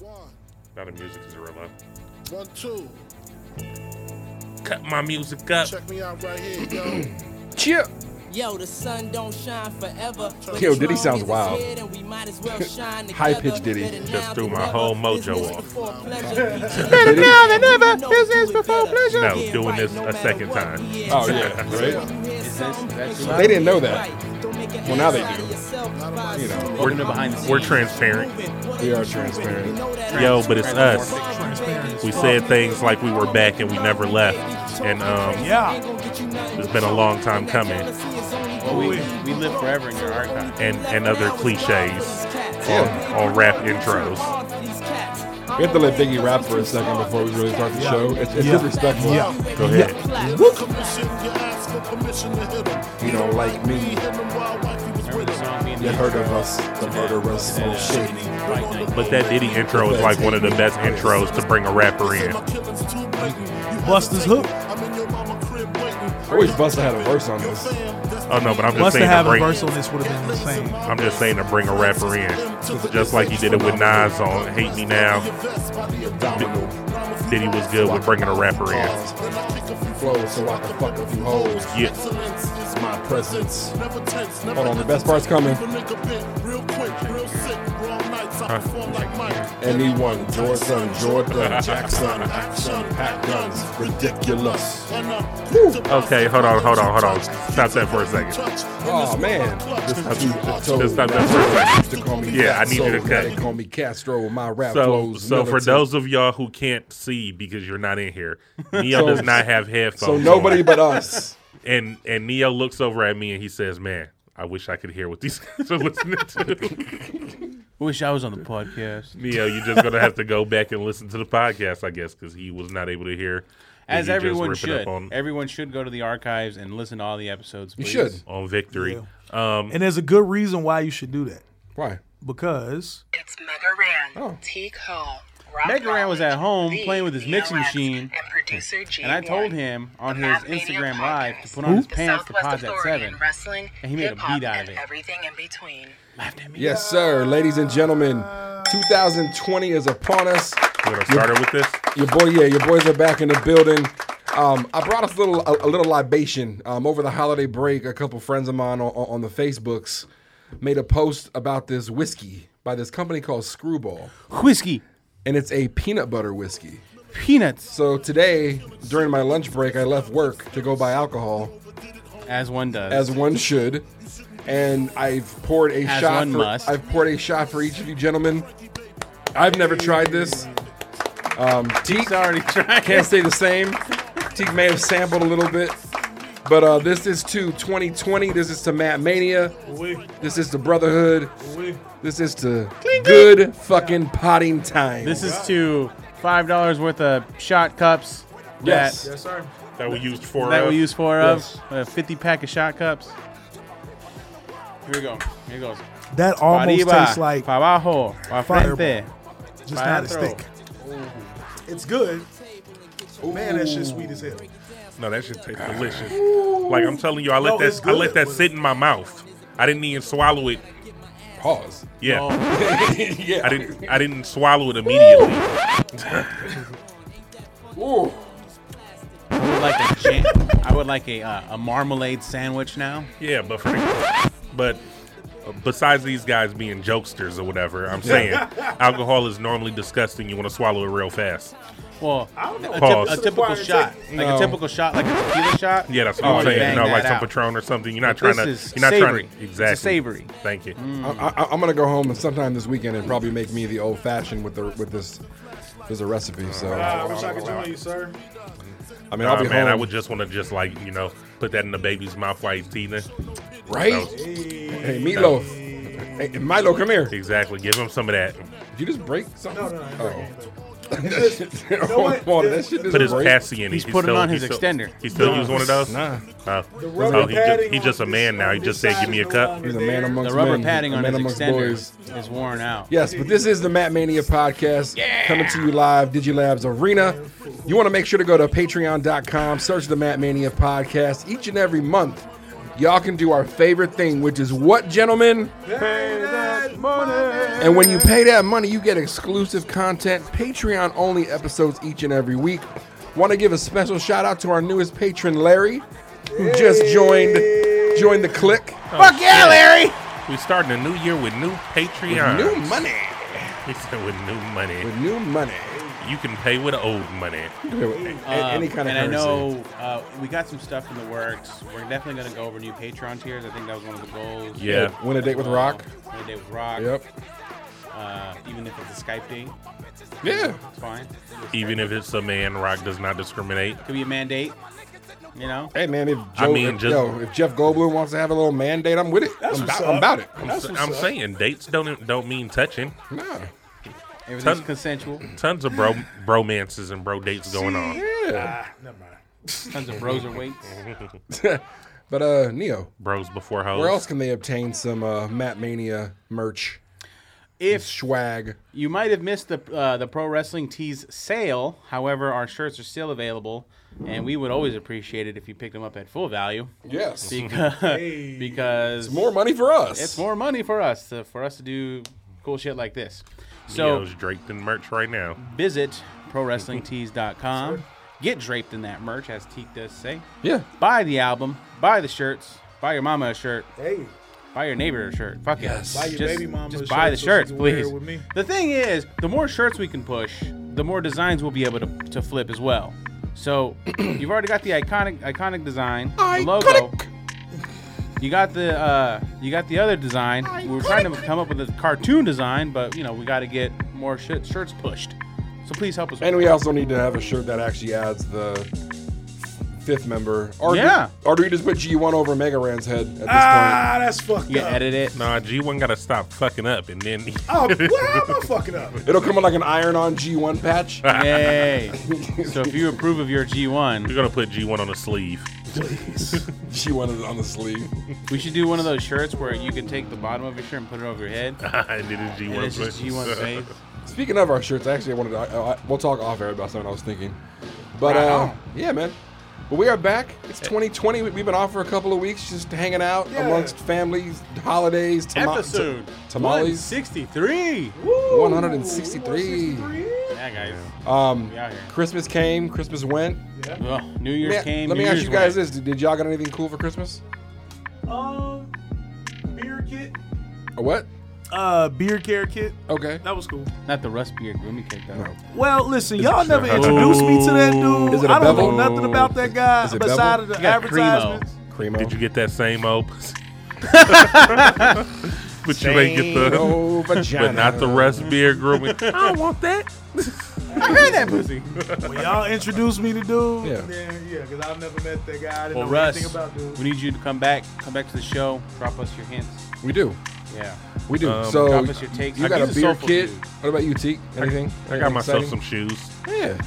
One, Not a music gorilla. one, two. Cut my music up. Check me out right here, yo. Cheer. Yo, the sun don't shine forever. Yo, Diddy sounds wild. High-pitched High-pitched Diddy. Just threw my whole mojo off. Better Diddy. now than ever. Business before pleasure. No, doing this a second time. Oh, yeah, right? right. They didn't know that. Well, now they do. do. You know, We're, we're transparent. We are transparent. Yo, but it's us. We said things like we were back and we never left. And um, Yeah. it's been a long time coming. we live forever in your archive. And, and other cliches on, on rap intros. We have to let Biggie rap for a second before we really start the show. It's, it's disrespectful. Go ahead. Commission, you ask for permission to hit him. You don't like me. Hit him while wifey was with him. You heard of us, the murderous, so shady. But that Diddy intro is like one of the best intros to bring a rapper in. My killing's too blatant. You Busta's hesitate. hook. I'm in your mama crib waiting. I wish Busta had a verse on this. Oh no, but I'm just Must saying have to a bring. verse on this would have been insane. I'm just saying to bring a rapper in, just like he did it with Nas on "Hate Me Now." Diddy was good with bringing a rapper in. Pause. Flow so I can fuck a few hoes. Yeah. My presence. Hold on, the best part's coming. Anyone, Jordan, Jordan, Jackson, action, pack guns, ridiculous. Okay, hold on, hold on, hold on. Stop that for a second. Oh man, this dude I told Just stop that that used to call me Yeah, Fat I need you to Soul, now cut. They call me Castro. My rap So, flows. so for militant. those of y'all who can't see because you're not in here, Neo So- does not have headphones. so nobody on. but us. and and Neo looks over at me and he says, "Man, I wish I could hear what these guys are listening to." Wish I was on the podcast. Neo, you're just gonna have to go back and listen to the podcast, I guess, because he was not able to hear. and As you just everyone ripping up should. on, Everyone should go to the archives and listen to all the episodes. You please. should. on victory. Um, And there's a good reason why you should do that. Why? Because It's Megaran. Oh. Take home. Megaran was at home playing with his mixing VLX, machine, And, producer G And I told Warren. him on The his Mad Mania Instagram Podcast. Live to put on his The pants for Southwest Pods at Authority 7. in Wrestling, And he made a hip-hop, beat out of and it. Everything in between. Laughed at me. Yes, sir. Ladies and gentlemen, 2020 is upon us. we're gonna start it with this. Your boy, yeah, your boys are back in the building. Um, I brought us a little a, a little libation um, over the holiday break. A couple friends of mine on, on the Facebooks made a post about this whiskey by this company called Screwball, Whiskey, and it's a peanut butter whiskey. peanuts, So today, during my lunch break, I left work to go buy alcohol, as one does. as one should, and I've poured a As shot. one for, must. I've poured a shot for each of you gentlemen. I've never tried this. Um, Teak, He's already trying. can't stay the same. Teak may have sampled a little bit, but uh, this is to 2020. This is to Matt Mania. This is to Brotherhood. This is to good fucking potting time. This is to five dollars worth of shot cups. yes. That, That we used for that uh, we use four Yes. of a fifty pack of shot cups. Here we go. Here goes. that almost Arriba, tastes like pa' abajo, pa' Fireball. frente. just not as Fireball. thick. It's good. Man, that shit's sweet as hell. No, that shit tastes delicious. Like I'm telling you, I let No, it's that I let good. that sit in my mouth. I didn't even swallow it. Pause. Yeah, yeah. I didn't I didn't swallow it immediately. Ooh. I would like a jam- I would like a uh, a marmalade sandwich now. Yeah, but for, but uh, besides these guys being jokesters or whatever, I'm saying alcohol is normally disgusting. You want to swallow it real fast. Well, a, typ- Pause. a typical shot, like No. a typical shot, like a tequila shot. Yeah, that's what I'm you saying. Oh, bang You know, that like some out. Patron or something. You're not But trying this to. is You're not savory. trying It's to. a Exactly. savory. Mm. Thank you. I, I, am gonna go home and sometime this weekend and probably make me the old fashioned with the with this. There's a recipe, so I wish I could join you, sir. I mean, I'll Nah, be Uh, man, home, I would just want to just like you know put that in the baby's mouth while he's teething. right? No. Hey, meatloaf. Hey, Milo, come here. Exactly. Give him some of that. Did you just break something? No, no, no. Oh. that This- shit, you know what? hold on, that shit just Put his break. passy in. He's He put it still- on he his still- extender. He still Nah. use one of those? Nah. Oh. The rubber oh, he just, padding he on just a this- man now. on He this just said, side "Give me a is no cup." longer He's a there. man amongst The rubber men, padding a on man his amongst extender boys. is worn out. Yes, but this is the Matt Mania podcast coming to you live, Digilabs Arena. You want to make sure to go to patreon.com, search the Matt Mania podcast each and every month. Y'all can do our favorite thing, which is what, gentlemen? And when you pay that money, you get exclusive content, Patreon only episodes each and every week. Want to give a special shout out to our newest patron, Larry, who just joined joined the click. Fuck yeah, Larry! We starting a new year with new Patreon. New money. He said with new money. With new money. You can pay with old money. Any kind of Um, and I currency. know uh, we got some stuff in the works. We're definitely going to go over new Patreon tiers. I think that was one of the goals. Yeah. Win a date with Rock. Uh, win a date with Rock. Yep. Uh, even if it's a Skype date, Yeah. it's fine. Even if it's a man, Rock does not discriminate. Could be a mandate. You know? Hey man, if Joe, I mean, if, just- yo, if Jeff Goldblum wants to have a little mandate, I'm with it. I'm, what's about, up. I'm about it. I'm, That's s- what's I'm up. saying dates don't e- don't mean touching. Nah. Everything's Ton- consensual. Tons of bro bromances and bro dates going on. Yeah. Never mind. Tons of bros and weights. Mm-hmm. But uh, Neo, Bros before where else hoes. can they obtain some uh, Matt Mania merch, If swag? You might have missed the uh, the pro wrestling tees sale. However, our shirts are still available, and we would always appreciate it if you picked them up at full value Yes. because because it's More money for us. it's more money for us to, for us to do cool shit like this. So Neo's draped in merch right now. visit prowrestlingtees.com. Get draped in that merch, as Teak does say. Yeah. Buy the album. Buy the shirts. Buy your mama a shirt. Hey, Buy your neighbor a shirt. Fuck Yes. yes. Buy your just, baby mama just a buy shirt the so shirts, she can wear please. it with me. The thing is, the more shirts we can push, the more designs we'll be able to, to flip as well. So you've already got the iconic iconic design, the logo. You got the uh, you got the other design. We were trying to come up with a cartoon design, but you know we got to get more shit, shirts pushed. So please help us. with And that. we also need to have a shirt that actually adds the fifth member. Or Yeah. Do, or do we just put G1 over Mega Ran's head at this ah, that's fucked you up. can edit it. Nah, G1 gotta stop fucking up and then Oh, well, I'm not fucking up. point? It'll come with like an iron-on G1 patch. Yay! so if you approve of your we're G1, gonna put G1 on a sleeve. G1 is on the sleeve. we should do one of those shirts where you can take the bottom of your shirt and put it over your head. and then it's G1 And it's just place. G1 face. Speaking of our shirts, actually, I wanted to. uh, I, I, we'll talk off air about something I was thinking, but Right uh, on. Eh. yeah, man. But we are back. It's 2020. We- We've been off for a couple of weeks, just hanging out Yeah. amongst families, holidays, tama- Episode t- tamales. 163. Woo, 163. 163. Yeah, guys. Um, We out here. Christmas came, Christmas went. Well, New Year's Man, came. let me New ask Year's you guys went. this: Did did y'all got anything cool for Christmas? Um, beer kit. Or what? Uh, beer care kit. Okay. That was cool. Not the rust beard grooming cake, though. No. Well, listen, y'all never introduced me to that dude. Is it a I don't bevel? know nothing about that guy Is it beside bevel? of the You got Cremo. advertisements. Cremo. Did you get that same old? but you ain't get the. No But vagina. not the rest beer grooming. I want that. I heard that pussy. When y'all introduced me to dude, Yeah. yeah, then, yeah, because I've never met that guy. I didn't Well, know Russ, anything about dude. we need you to come back. Come back to the show. Drop us your hints. We do. Yeah. We do. Um, so drop us your takes. you I got a guess it's beer soulful kit. food. What about you, Teak? Anything? I got Anything myself exciting? some shoes. Yeah.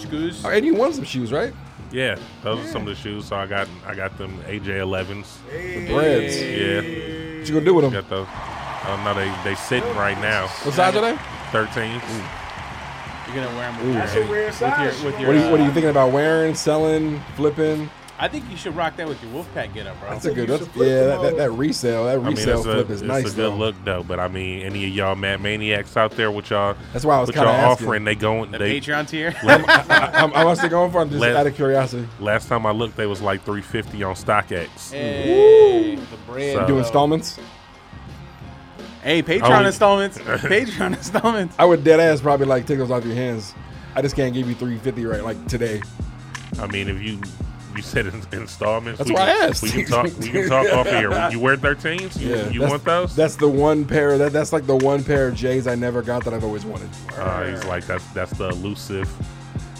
Scoos. Oh, And you won some shoes, right? Yeah, those are some of the shoes. So I got I got them AJ 11s. Breads. Yeah, What you gonna do with them? got those. I don't know. They they sitting right now. What size are they? 13s. You're gonna wear them with That's your, a rare with size. your, with your What are you What are you uh, thinking about wearing, selling, flipping? I think you should rock that with your Wolfpack get up, bro. That's a good. you That's, should flip yeah, them that, that, over. that resale, that I mean, resale it's a, flip is it's nice. a good though. look though. But I mean, any of y'all Mad Maniacs out there with y'all, That's why I was with kinda y'all asking. offering, they going. the They, Patreon tier. I'm, I'm actually going for. it, I'm just Let- out of curiosity. last time I looked, they was like 350 on StockX. hey, the bread. So- bro. Do installments. Oh, Hey, Patreon we- installments. Patreon installments. I would dead ass probably like take those off your hands. I just can't give you 350 right like today. I mean, if you you said in, installments, That's we, why I can- asked. We can talk. We can talk off here. You wear 13s? You, you that's- want those? That's the one pair. That that's like the one pair of J's I never got that I've always wanted. Uh, he's like that's that's the elusive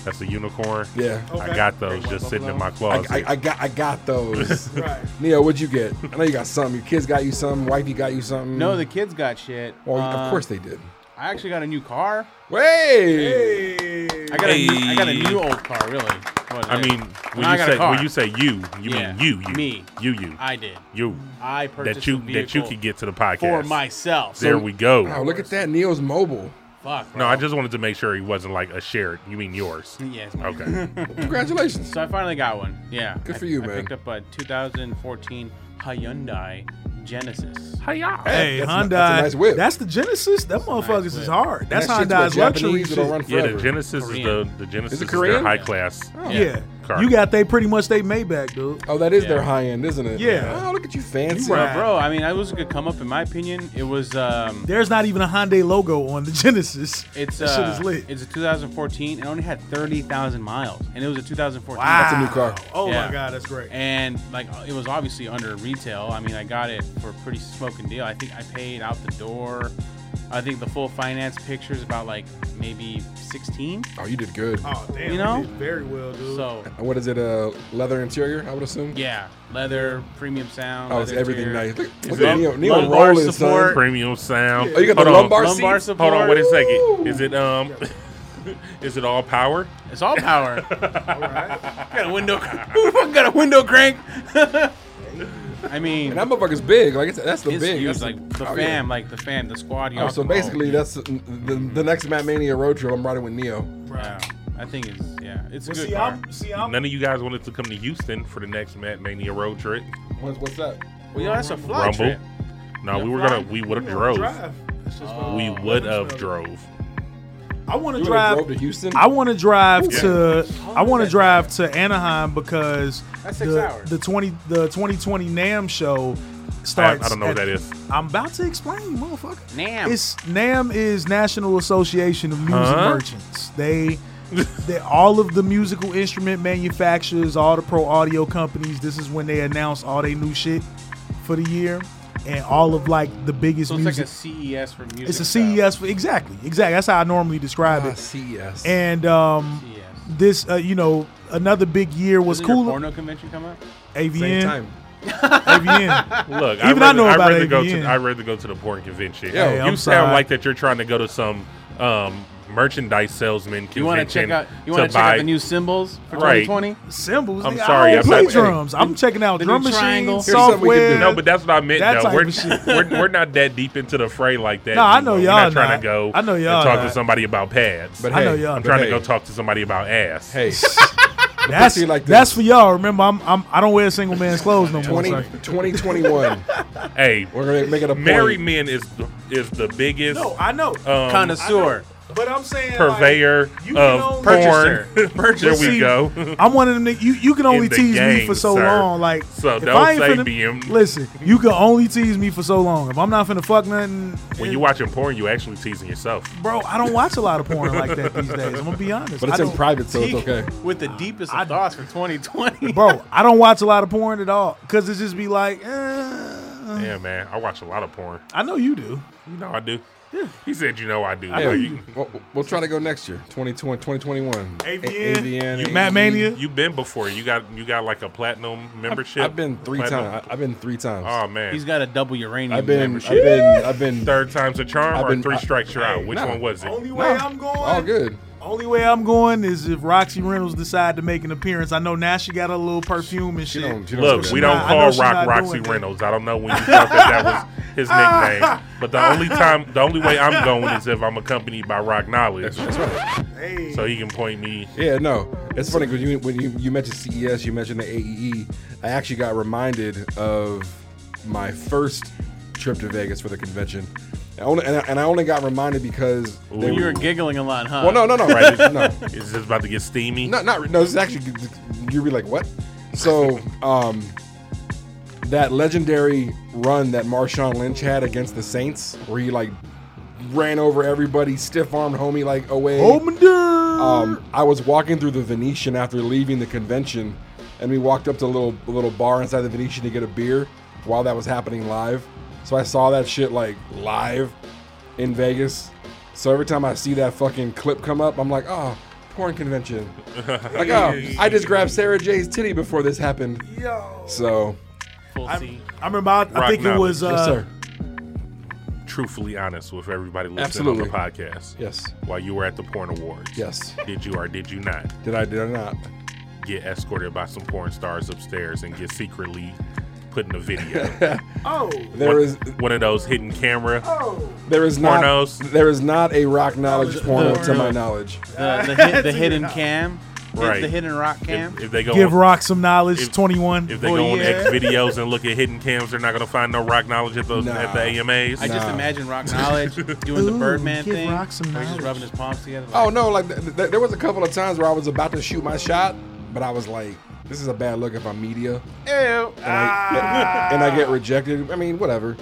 That's a unicorn. Yeah. I got those just sitting in my I, closet. I, I got I got those. Right. Neo, what'd you get? I know you got something. Your kids got you something. Wifey got you something. No, the kids got shit. Well, Um, of course they did. I actually got a new car. Hey. I got, a new, I got a Hey. new old car, really. What, I hey. mean, No, when I you got a say car. when you say you, you Yeah. mean you, you, Me. you, you, I did. you, I purchased that you a that you vehicle can get to the podcast for myself. There we go. Wow, look at that. Neo's mobile. Fuck. Bro. no, I just wanted to make sure he wasn't like a shared. You mean yours? Yes. man. Okay. Congratulations. So I finally got one. Yeah. Good I- for you, I man. picked up a 2014 Hyundai Genesis. Hiya. Hey, That's a- Hyundai. that's a nice whip. That's the Genesis. That motherfuckers is whip. hard. That's That shit's what Hyundai's luxury. Japanese that'll shit. run Yeah, forever. the Genesis is Korean. the the Genesis Is it is, their Korean? high class. Yeah. Car. You got they pretty much they Maybach, dude. Oh, that is Yeah. their high end, isn't it? Yeah. Oh, look at you fancy. right. But bro, I mean, that was a good come up in my opinion. It was um, There's not even a Hyundai logo on the Genesis. it's that uh, shit is lit. it's a 2014 and only had 30,000 miles, and it was a 2014. That's a new car. Oh Yeah. my god, that's great. And like it was obviously under retail. I mean, I got it for a pretty smoking deal. I think I paid out the door. I think the full finance picture is about like maybe 16. Oh, you did good. oh damn, you know? did very well, dude. So And What is it? Uh, leather interior, I would assume. yeah, leather, premium sound. Oh, it's leather everything interior. nice. Look, look it at Neo, Neo lumbar rolling, support? son. Premium sound. Oh, you got the Hold on. lumbar, Lumbar seats? support. Hold on, wait a second. Is it um, is it all power? It's all power. got a window. Who the fuck got a window crank? I mean, And that motherfucker's big. Like it's, that's the it's big. huge. That's Like the oh, yeah. fam, like the fam, the squad. Oh, y'all so can roll. basically, that's the, the next Matt Mania road trip. I'm riding with Neo. Yeah, I think it's yeah, it's a But good see, car. I'm see I'm None of you guys wanted to come to Houston for the next Matt Mania road trip. What's, what's that? Well, yo, that's a fly Rumble. trip. No, we were fly- gonna. We would have we drove. Oh. gonna drive. Oh, That's just what- We would have drove. I want to You drive drive drove to Houston. I want to drive Yeah. to I want to drive to Anaheim because That's six the, hours. the twenty the twenty twenty Nam show I, starts. I don't know what at- that is. I'm about to explain, motherfucker. Nam. It's Nam is National Association of Music Huh? Merchants. They they all of the musical instrument manufacturers, all the pro audio companies. This is when they announce all their new shit for the year and all of like the biggest So it's music. like a CES for music. it's a E style. CES for exactly, exactly. That's how I normally describe Ah, it. CES. And um, CES. this, uh, you know, another big year was E Doesn't your cool. Porno convention come up. AVN, Same time. AVN. Look, Even I I rather, know I about rather go to. AVN. I rather go to the porn convention. Yo, Hey, I'm you sound sorry. like that you're trying to go to some um, merchandise salesman convention. You want to check out? You want to check buy, out the new symbols for Right. 2020? Symbols. I'm nigga, I sorry, don't I'm play not- drums. I'm checking out The new drum machine, triangle. Here's something we can do. software. No, but that's what I meant. That though. type We're, of shit. we're we're not that deep into the fray like that. No, I know We're y'all not trying not. to go. I know y'all And talk not. to somebody about pads. But I hey, know y'all. I'm but trying hey, to go talk to somebody about ass. Hey, that's pussy like this. that's for y'all. Remember, I'm, I'm I don't wear single man's clothes no more. 20, so- 2021. hey, We're gonna make it a point. married men is is the biggest No, I know, um, Connoisseur. but I'm saying purveyor like, you can of only- porn. Purchaser. there we See, go. I'm one of them. nigg- You you can only In the tease me game, for so sir. long. Like So if don't I ain't say finna- BM. Listen, you can only tease me for so long. If I'm not finna fuck nothing, when it- you watching porn, you actually teasing yourself. bro, I don't watch a lot of porn like that these days. I'm gonna be honest. but it's I in don't- private, so it's Peak okay. With the deepest of thoughts for 2020. bro. I don't watch a lot of porn at all because it just be like, eh. Yeah, man, I watch a lot of porn. I know you do. You know I do. He said, "You know I do." Yeah, Like, you- we'll, we'll try to go next year, 2020, 2021. A- AVN. AVN, You- Matt Mania. You've been before. You got you got like a platinum membership. I've been three Platinum- times. I've been three times. Oh man, He's got a double uranium I've been, I've membership. been, I've been, third time's a charm I've or been- three I- strikes you're out. Which nah. one was it? Only way No. I'm going. Oh, all good. Only way I'm going is if Roxy Reynolds decide to make an appearance. I know now she got a little perfume and You shit. don't, you don't Look, do we that. don't not- I know call she's Rock not Roxy doing that. Reynolds. I don't know when you thought that that was his nickname, but the only time, the only way I'm going is if I'm accompanied by Rock Knowledge, That's right. so he can point me. Yeah, no, it's funny because you, when you, you mentioned CES, you mentioned the AEE. I actually got reminded of my first trip to Vegas for the convention. I only, and, I, and I only got reminded because they You were. were giggling a lot, huh? Well, no, no, no, Right. no. It's just about to get steamy. No, not re- no. This is actually you'd be like, what? So, um, that legendary run that Marshawn Lynch had against the Saints, where he like ran over everybody, stiff armed homie like away. Oh, my dude. Um, I was walking through the Venetian after leaving the convention, and we walked up to a little a little bar inside the Venetian to get a beer while that was happening live. So I saw that shit like live in Vegas. So every time I see that fucking clip come up, I'm like, oh, popcorn convention. like, oh, I just grabbed Sarah J's titty before this happened. Yo. So, Full I, C. I remember. I, I Rock think it knowledge. was. Uh, yes, sir. Truthfully honest with everybody listening Absolutely. on the podcast. Yes. While you were at the porn awards. Yes. Did you or did you not Did I? Did I not? get escorted by some porn stars upstairs and get secretly put in a video? Oh. There one, is. one of those hidden camera. Oh. There is not. Pornos. There is not a rock knowledge The- porno the- to my knowledge. The, the, hit, the That's hidden enough. cam. Right. The hidden rock cam. If, if they go Give on, Rock some knowledge. if- 21. If they Oh, go on yeah. X videos and look at hidden cams, they're not gonna find no rock knowledge at those Nah. at the AMAs. I just Nah. imagine Rock Knowledge doing the Ooh, Birdman give thing. Rock some where he's just knowledge. rubbing his palms together. Oh Like, no! Like th- th- there was a couple of times where I was about to shoot my shot, but I was like, "This is a bad look if I'm media," oh. Ew. and I, and I get rejected. I mean, whatever.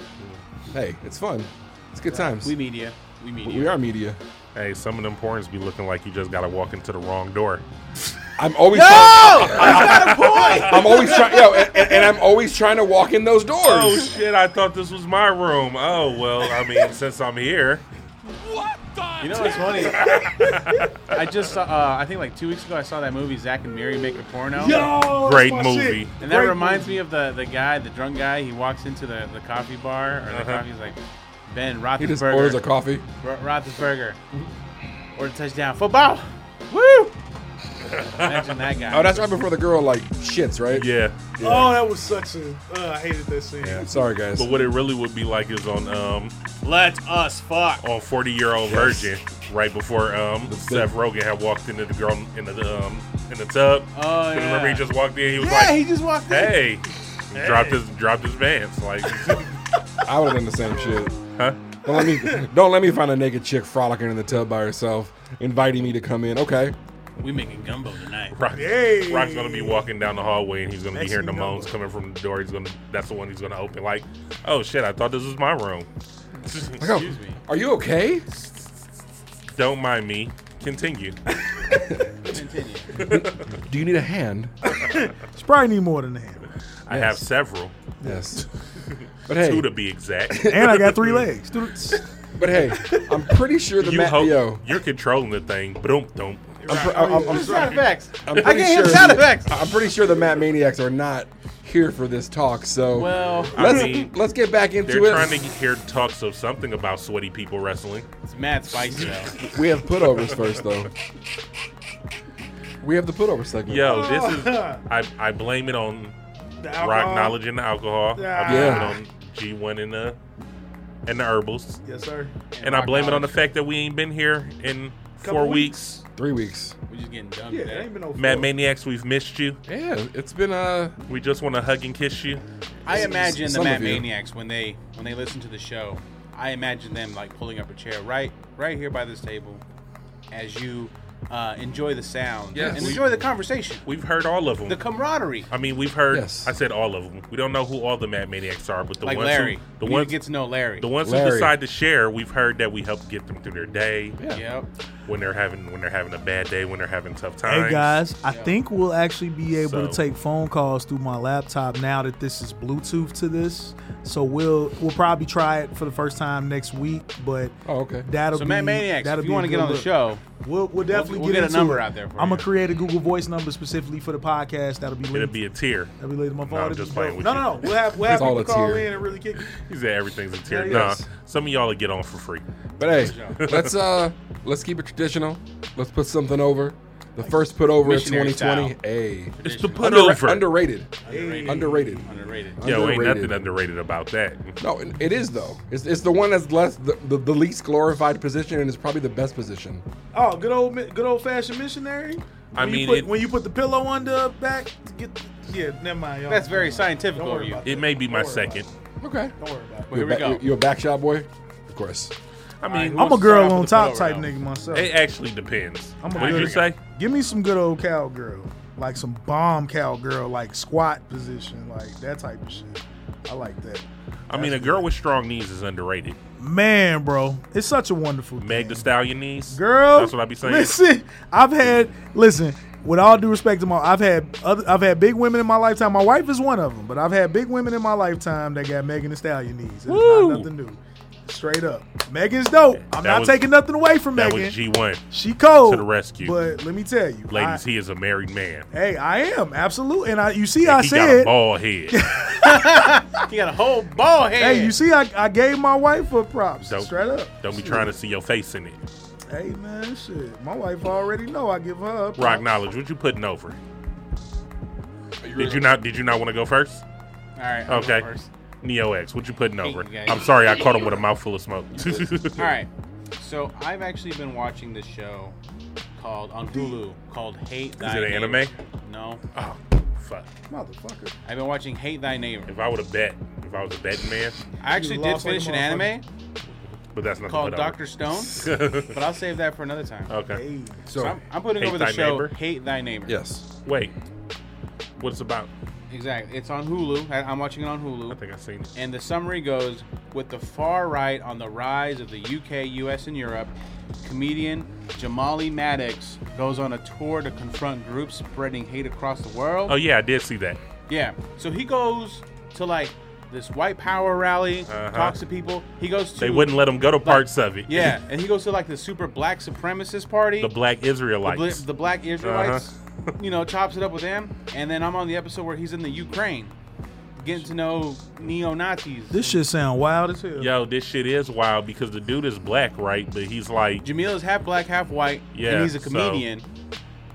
Hey, it's fun. It's good times. We We, media. We media. we are media. Hey, some of them porns be looking like you just gotta walk into the wrong door. I'm always. No, I'm always trying. Yo, and, and- and I'm always trying to walk in those doors. Oh shit! I thought this was my room. Oh well. I mean, since I'm here, You know what's funny? I just saw. Uh, I think like two weeks ago, I saw that movie Zach and Mary Make a Porno. Yo, Great that's my movie. shit. And that Great reminds movie. me of the the guy, the drunk guy. He walks into the, the coffee bar or the coffee. He's like, Ben he just Roethlisberger. orders a coffee. Ro- Roethlisberger. Or a touchdown. Football. Woo! Imagine that guy. Oh, that's right before the girl like shits, right? yeah. Oh, that was such a. Uh, I hated that scene. I'm sorry, guys. But what it really would be like is on um Let us fuck. on Forty Year Old Virgin, right before um Seth Rogen had walked into the girl in the um in the tub. Oh, And yeah. Remember, he just walked in. He was yeah, like, he just walked in. "Hey." and Dropped his dropped his pants like I would have done the same shit. huh? Don't let me don't let me find a naked chick frolicking in the tub by herself, inviting me to come in. Okay. We making gumbo tonight. Rock, Hey. Rock's gonna be walking down the hallway and he's gonna be Next hearing the thing you know- moans coming from the door. He's gonna that's the one he's gonna open like, oh shit! I thought this was my room. Like, oh, Excuse me. Are you okay? Don't mind me. Continue. Continue. Do you need a hand? It's probably need more than that. I have several, Yes. But hey, two to be exact. And I got three legs. Dude, it's- but hey, I'm pretty sure the you Matt hope Yo. you're controlling the thing. Boom, boom. I'm, pr- I'm, I'm, I'm, Sound effects. I'm pretty can hear sure sound effects. I'm pretty sure the Matt Maniacs are not here for this talk. So Well, I let's mean, let's get back They're into trying to it. hear talks of something about sweaty people wrestling. it's mad spicy though. We have putovers first, though. We have the putover segment. Yo, this is I, I blame it on The rock alcohol. knowledge and the alcohol. I blame Yeah. it on G one and the and the herbals. Yes, sir. And I Rock blame it on the knowledge. fact that we ain't been here in four Couple weeks. Three weeks. We're just getting dumb Yeah, it today. ain't been no. Mad fuck. Maniacs, we've missed you. Yeah, it's been uh We just want to hug and kiss you. I imagine the Some Mad of you. Maniacs when they when they listen to the show, I imagine them like pulling up a chair right right here by this table, as you uh, enjoy the sound Yes. and We- enjoy the conversation, We've heard all of them. the camaraderie. I mean, we've heard. Yes. I said all of them. We don't know who all the Mad Maniacs are, but the Like ones Larry, who the we ones need to get to know Larry. the ones who Larry. decide to share, we've heard that we help get them through their day yeah. Yep. when they're having when they're having a bad day, when they're having tough times. Hey guys, I think we'll actually be able So- to take phone calls through my laptop now that this is Bluetooth to this. So we'll we'll probably try it for the first time next week, but Oh, okay. that'll So be Mad Maniacs, that'll if be you a want to get good on the look. show, we'll we'll definitely we'll get a into number it. out there for I'm you. gonna create a Google Voice number specifically for the podcast. That'll be it'll later. be a tear. That'll be later. My No, I'm just playing with no, you. no, no. We'll have we'll It's have all people a call tier. in and really kick. it. He said everything's a tear. Yeah, nah, yes. some of y'all will get on for free. But hey, let's uh let's keep it traditional. Let's put something over. The first put over of missionary 2020. Hey. It's the put Under- over. Underrated. Underrated. Underrated. underrated. Yo, ain't Underrated. nothing underrated about that. No, it- it is though. It's, it's the one that's less the, the, the least glorified position and it's probably the best position. Oh, good old mi- good old fashioned missionary. I When you mean, put- it- when you put the pillow on the back, to get yeah. Never mind. Y'all. That's very scientific Don't of worry you. about It may be Don't my worry about second. it. Okay. Don't worry about it. Well, here You're we a go. ba- you a back shot boy? Of course. I mean, I'm a Let's girl start off on with the top photo type round. nigga myself. it actually depends. I'm a what did good you say? Give me some good old cowgirl, like some bomb cowgirl, like squat position, like that type of shit. I like that. I mean, a girl with strong knees is underrated. Man, bro, it's such a wonderful Meg thing. the Stallion knees. girl. That's what I be saying. Listen, I've had listen. With all due respect to my, I've had other, I've had big women in my lifetime. My wife is one of them, but I've had big women in my lifetime that got Megan Thee Stallion knees. It's Woo. not nothing new. Straight up. Megan's dope. I'm That not was- taking nothing away from That Megan. was G one. she cold. to the rescue. But let me tell you. Ladies, I- he is a married man. hey, I am. Absolutely. And I you see I he got a said bald head. He got a whole ball head. Hey, you see I, I gave my wife her props. Don't- Straight up. Don't be trying to see your face in it. Hey man, shit. My wife already know I give her her props. Rock knowledge. What you putting over? ready? Did you not? Did you not want to go first? All right. I'll go Okay. first. Neo X, what you putting over? you, guys. I'm sorry, I caught him with a mouthful of smoke. All right. So I've actually been watching this show called on Hulu called Hate Thy it Neighbor. anime? No. Oh, fuck. Motherfucker. I've been watching Hate Thy Neighbor. If I would have bet, if I was a betting man, I actually You did lost like a finish an motherfucker. anime but that's not called the Doctor Stone, but I'll save that for another time. Okay. Hey. So, I'm, I'm putting Hate over the Thy show Neighbor? Hate Thy Neighbor. yes. Wait. What it's about? Exactly. It's on Hulu. I, I'm watching it on Hulu. I think I've seen it. And the summary goes with the far right on the rise of the UK, US, and Europe, comedian Jamali Maddox goes on a tour to confront groups spreading hate across the world. Oh yeah, I did see that. Yeah. So he goes to like this white power rally, talks to people. He goes to Uh-huh. They wouldn't let him go to parts of it. Yeah, and he goes to like the super black supremacist party. the black The, bla- Israelites. the black Uh-huh. Israelites, you know, chops it up with them. And then I'm on the episode where he's in the Ukraine, getting to know neo Nazis. This shit sound wild as hell. Yo, this shit is wild because the dude is black, right? But he's like, Jamil is half black, half white, Yeah, and he's a so- comedian.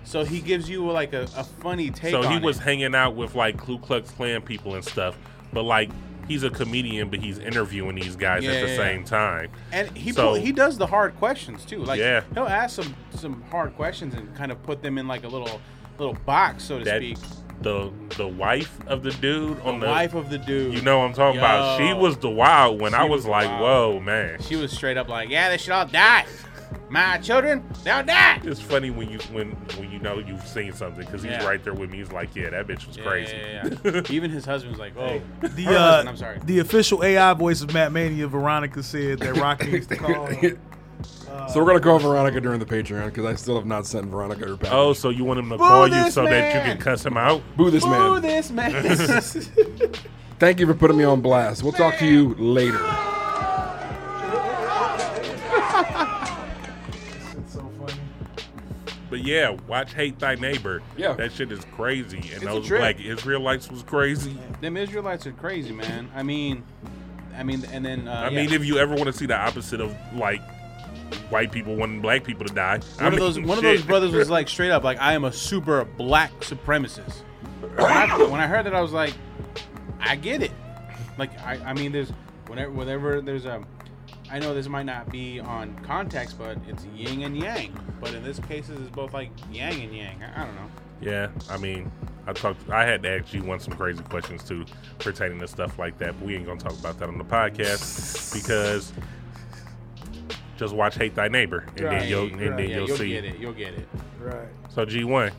So, he gives you like a, a funny take. so he on was it. hanging out with like Ku Klux Klan people and stuff. But like, he's a comedian, but he's interviewing these guys Yeah, at the yeah, same yeah. time. and he so- pull- he does the hard questions too. Like Yeah. he'll ask some some hard questions and kind of put them in like a little little box, so to that speak. the the wife of the dude The, on the, wife of the dude. you know what I'm talking about. Yo. She was the wild when I She was, was like, wild. whoa, man. She was straight up like, yeah, they should all die. My children, they'll die. It's funny when you when when you know you've seen something because he's Yeah. right there with me. He's like, yeah, that bitch was Yeah, crazy. yeah, yeah, yeah. Even his husband's like, oh, The Her uh, husband, I'm sorry. the official AI voice of Matt Mania, Veronica, said that Rock needs to call. him. uh, so we're gonna call Veronica during the Patreon because I still have not sent Veronica her package. Oh, so you want him to call you this so that you man. can cuss him out? boo this man! Ooh, this man. Thank you for putting me on blast. We'll talk to you later. That's so funny. But yeah, watch Hate Thy Neighbor. Yeah. that shit is crazy. And a those trip. black Israelites was crazy. Them Israelites are crazy, man. I mean, I mean, and then uh, I yeah. mean, if you ever want to see the opposite of like white people wanting black people to die, I one of those mean, one of those shit. brothers was like straight up like, I am a super black supremacist. When I, when I heard that, I was like, I get it. Like, I, I mean, there's whenever whenever there's a, I know this might not be on context, but it's yin and yang. But in this case, it's both like yang and yang. I, I don't know. Yeah, I mean, I talked. I had to ask you one some crazy questions too pertaining to stuff like that. But we ain't gonna talk about that on the podcast because just watch Hate Thy Neighbor, and Right, then you'll and right. then Yeah, you'll, you'll see. get it. You'll get it. Right. So G one,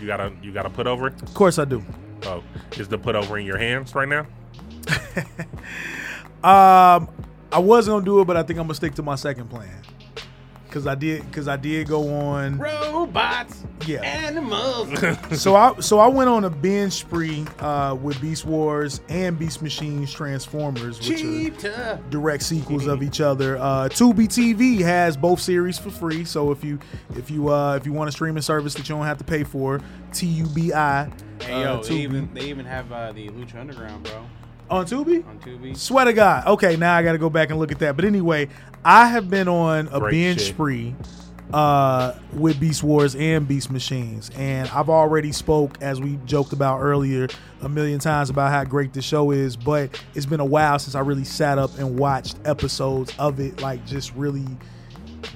you gotta you gotta put over. Of course I do. Oh, is the put over in your hands right now? Um, I was gonna do it, but I think I'm gonna stick to my second plan. Cause I did, cause I did go on. Robots, Yeah. animals. So I, so I went on a binge spree uh, with Beast Wars and Beast Machines Transformers, which are Cheetah. direct sequels of each other. Uh, Tubi TV has both series for free, so if you if you uh, if you want a streaming service that you don't have to pay for, T U B I Hey yo, uh, they Tubi. even they even have uh, the Lucha Underground, bro, on Tubi. on Tubi. Swear to God. Okay, now I got to go back and look at that. But anyway, I have been on a Great binge shit. spree uh, with Beast Wars and Beast Machines, and I've already spoke as we joked about earlier a million times about how great the show is. But it's been a while since I really sat up and watched episodes of it, like just really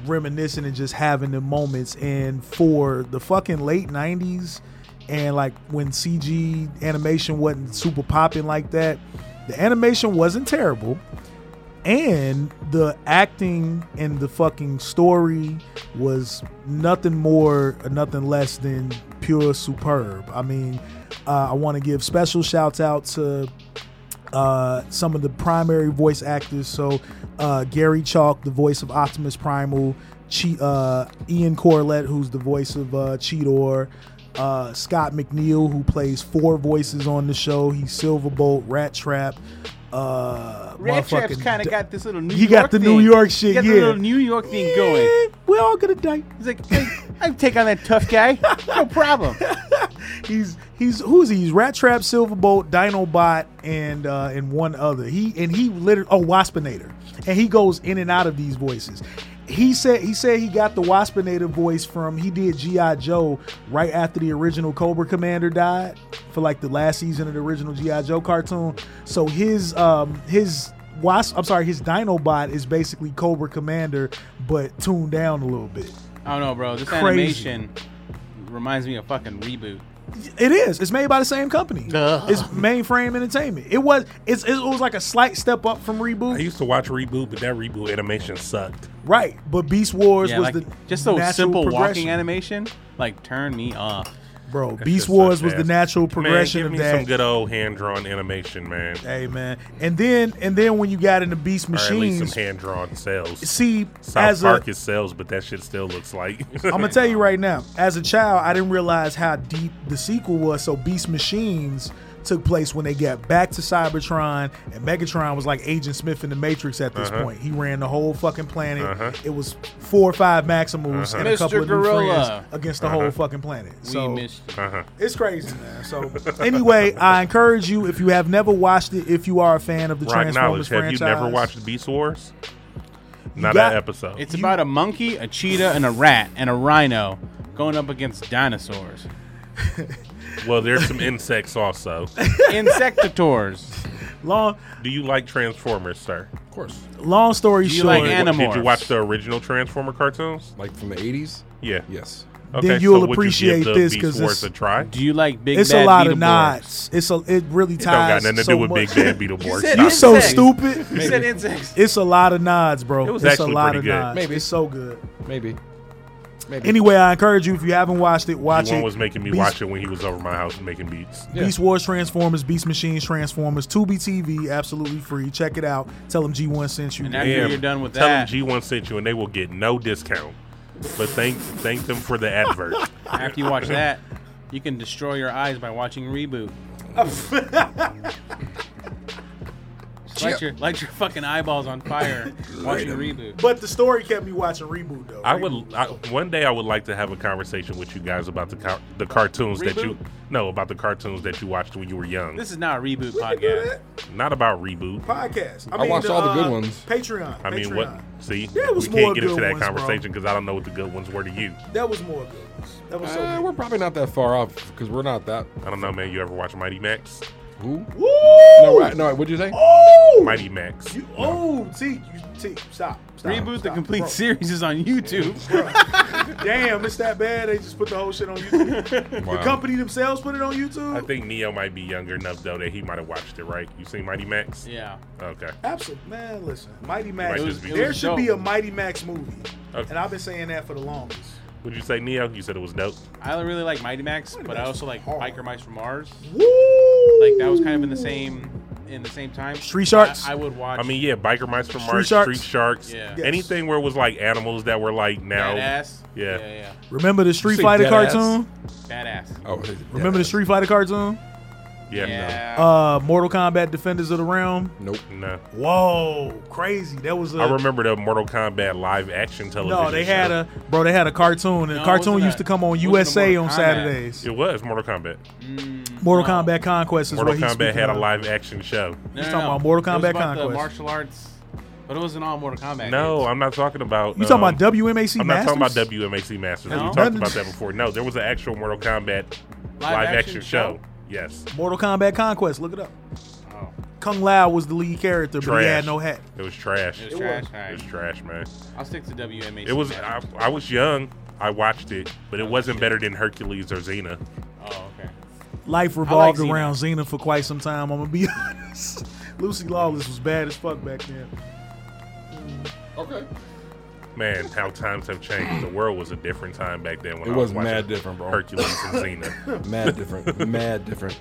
reminiscing and just having the moments. And for the fucking late '90s, and like when CG animation wasn't super popping like that, the animation wasn't terrible, and the acting and the fucking story was nothing more, nothing less than pure superb. I mean, uh, I want to give special shouts out to uh, some of the primary voice actors. So uh, Gary Chalk, the voice of Optimus Primal, che- uh, Ian Corlett, who's the voice of uh, Cheetor, uh, Scott McNeil, who plays four voices on the show. He's Silverbolt, Rat Trap, uh, Red Trap's motherfucking kind d- of got this little New He got York the thing. New York shit, He got yeah. the little New York thing going. Yeah, we all gonna die. He's like, hey, I can take on that tough guy. No problem. He's he's who's he? He's Rat Trap, Silverbolt, Dinobot, and uh, and one other. He and he literally oh Waspinator, and he goes in and out of these voices. He said he said he got the Waspinator voice from he did GI Joe right after the original Cobra Commander died for like the last season of the original GI Joe cartoon. So his um his Wasp I'm sorry his Dinobot is basically Cobra Commander but tuned down a little bit. I don't know, bro. This Crazy. animation reminds me of fucking reboot. It is. It's made by the same company. Uh-huh. It's Mainframe Entertainment. It was. It's, it was like a slight step up from I reboot, used to watch Reboot, but that Reboot animation sucked. right? But Beast Wars Yeah, was like, the just so natural simple progression. walking animation, like turn me off. bro. That Beast shit Wars sucks was the ass. natural progression man, give of me that. some good old hand drawn animation, man. hey man, and then and then when you got into Beast Or at least some Machines, hand drawn cells. see South as Park a, is cells, but that shit still looks like. I'm gonna tell you right now. As a child, I didn't realize how deep the sequel was. So Beast Machines took place when they got back to Cybertron, and Megatron was like Agent Smith in the Matrix. At this Uh-huh. point, he ran the whole fucking planet. It was four or five Maximals and a Mr. couple of new Uh-huh. Gorilla. friends against Uh-huh. the whole fucking planet. So we missed it. it's crazy, man. So anyway, I encourage you if you have never watched it, if you are a fan of the Rock knowledge. Transformers Have franchise, you never watched Beast Wars? Not got- that episode. It's about a monkey, a cheetah, and a rat, and a rhino going up against dinosaurs. well, there's some insects also. Insectitors. Long, Do you like Transformers, sir? Of course. long story Do you short, like Did, Animorphs. did you watch the original Transformer cartoons? Like from the 80s? Yeah. Yes. Okay, Then you'll would you give appreciate the this Beast 'cause Wars it's- a try. Do you like big it's bad a lot of Beetleborgs? nods. It's a it really Don't got ties. nothing to so do with Big much. Bad Beetleborgs. said You Stop. so Insects. stupid. You said insects. It's a lot of nods, bro. was it's a actually lot pretty of good. nods. Maybe. It's so good. Maybe. Maybe. Anyway, I encourage you if you haven't watched it, watch One it. was making me Beast, watch it when he was over my house making beats. Yeah. Beast Wars Transformers, Beast Machines Transformers, 2B TV, absolutely free. Check it out. Tell them G1 sent you. And after Damn. you're done with Tell that, them G1 sent you, and they will get no discount. But thank thank them for the advert. after you watch that, you can destroy your eyes by watching reboot. Light your, light your fucking eyeballs on fire watching reboot. But the story kept me watching Reboot, though. I would I, one day I would like to have a conversation with you guys about the car, the cartoons that you Reboot? no about the cartoons that you watched when you were young. This is not a reboot do podcast. that. Not about reboot. Podcast. I, uh, I watched all the good ones. Patreon. I mean, Patreon. what? See, There was we can't more get into good that ones, bro. conversation because I don't know what the good ones were to you. That was more good ones. That was so Uh, good. we're probably not that far off because we're not that. I don't know, man. You ever watch Mighty Max? Who? Woo! No, right, no. What'd you say? Oh! Mighty Max. You, oh, T, you, T, stop. stop Reboot the stop, complete bro. series is on YouTube. Damn, it's that bad. They just put the whole shit on YouTube. The company themselves put it on YouTube. I think Neo might be younger enough though that he might have watched it, right? You seen Mighty Max? yeah. Okay. Absolutely, man. Listen, Mighty Max. It was- it there was should dope. be a Mighty Max movie, Okay. and I've been saying that for the longest. Would you say Neo? You said it was dope. I really like Mighty Max, but I Max also like hard. Biker Mice from Mars. Woo! Like that was kind of in the same in the same time. Street Sharks? I, I would watch. I mean, yeah, biker mice from Mars, Sharks. street sharks, Yeah. Yes. anything where it was like animals that were like now. badass. Yeah. yeah, Remember the Street say Fighter dead ass? cartoon? yeah. badass. Oh, Remember the Street Fighter cartoon? Yeah, yeah. Uh, Mortal Kombat Defenders of the Realm. Nope. no, no. Whoa, crazy! That was a. I remember the Mortal Kombat live action television. no, they had show. a bro. They had a cartoon. The No, it cartoon wasn't used a- to come on it wasn't a USA Mortal on Kombat. Saturdays. It was Mortal Kombat. Mortal No. Kombat Conquest is Um, Mortal what he's Kombat speaking had a of. live action show. No, He's no, talking no. about Mortal It was Kombat about The Conquest. martial arts, but it wasn't all Mortal Kombat. No, games. I'm not talking about. You um, talking about WMAC? I'm not Masters? talking about WMAC Masters. No? We talked about that before. No, there was an actual Mortal Kombat live, action, action show. show? Yes. Mortal Kombat Conquest. Look it up. Oh, Kung Lao was the lead character, but he Trash. had no hat. It was trash. It was trash. All It was right. trash, man. I'll stick to WMAC. It was. I, Masters. I was young. I watched it, but it wasn't better than Hercules or Xena. oh, okay. Life revolved Xena. around Xena for quite some time. I'm gonna be honest. Lucy Lawless was bad as fuck back then. Okay. Man, how times have changed. The world was a different time back then. When It I was watching mad different, bro. Hercules and Xena. Mad different. Mad different.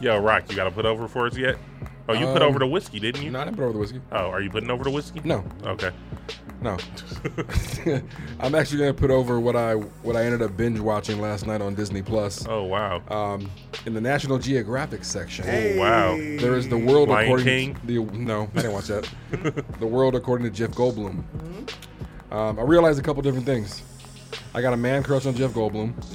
Yo, Rock, you got to put over for us yet? Oh, you put Um, over the whiskey, didn't you? No, I didn't put over the whiskey. Oh, are you putting over the whiskey? No. Okay. No, I'm actually gonna put over what I what I ended up binge watching last night on Disney Plus. Oh wow. Um, in the National Geographic section, oh wow. there is the world Lion according King? to the no, I didn't watch that. the world according to Jeff Goldblum. Um, I realized a couple different things. I got a man crush on Jeff Goldblum,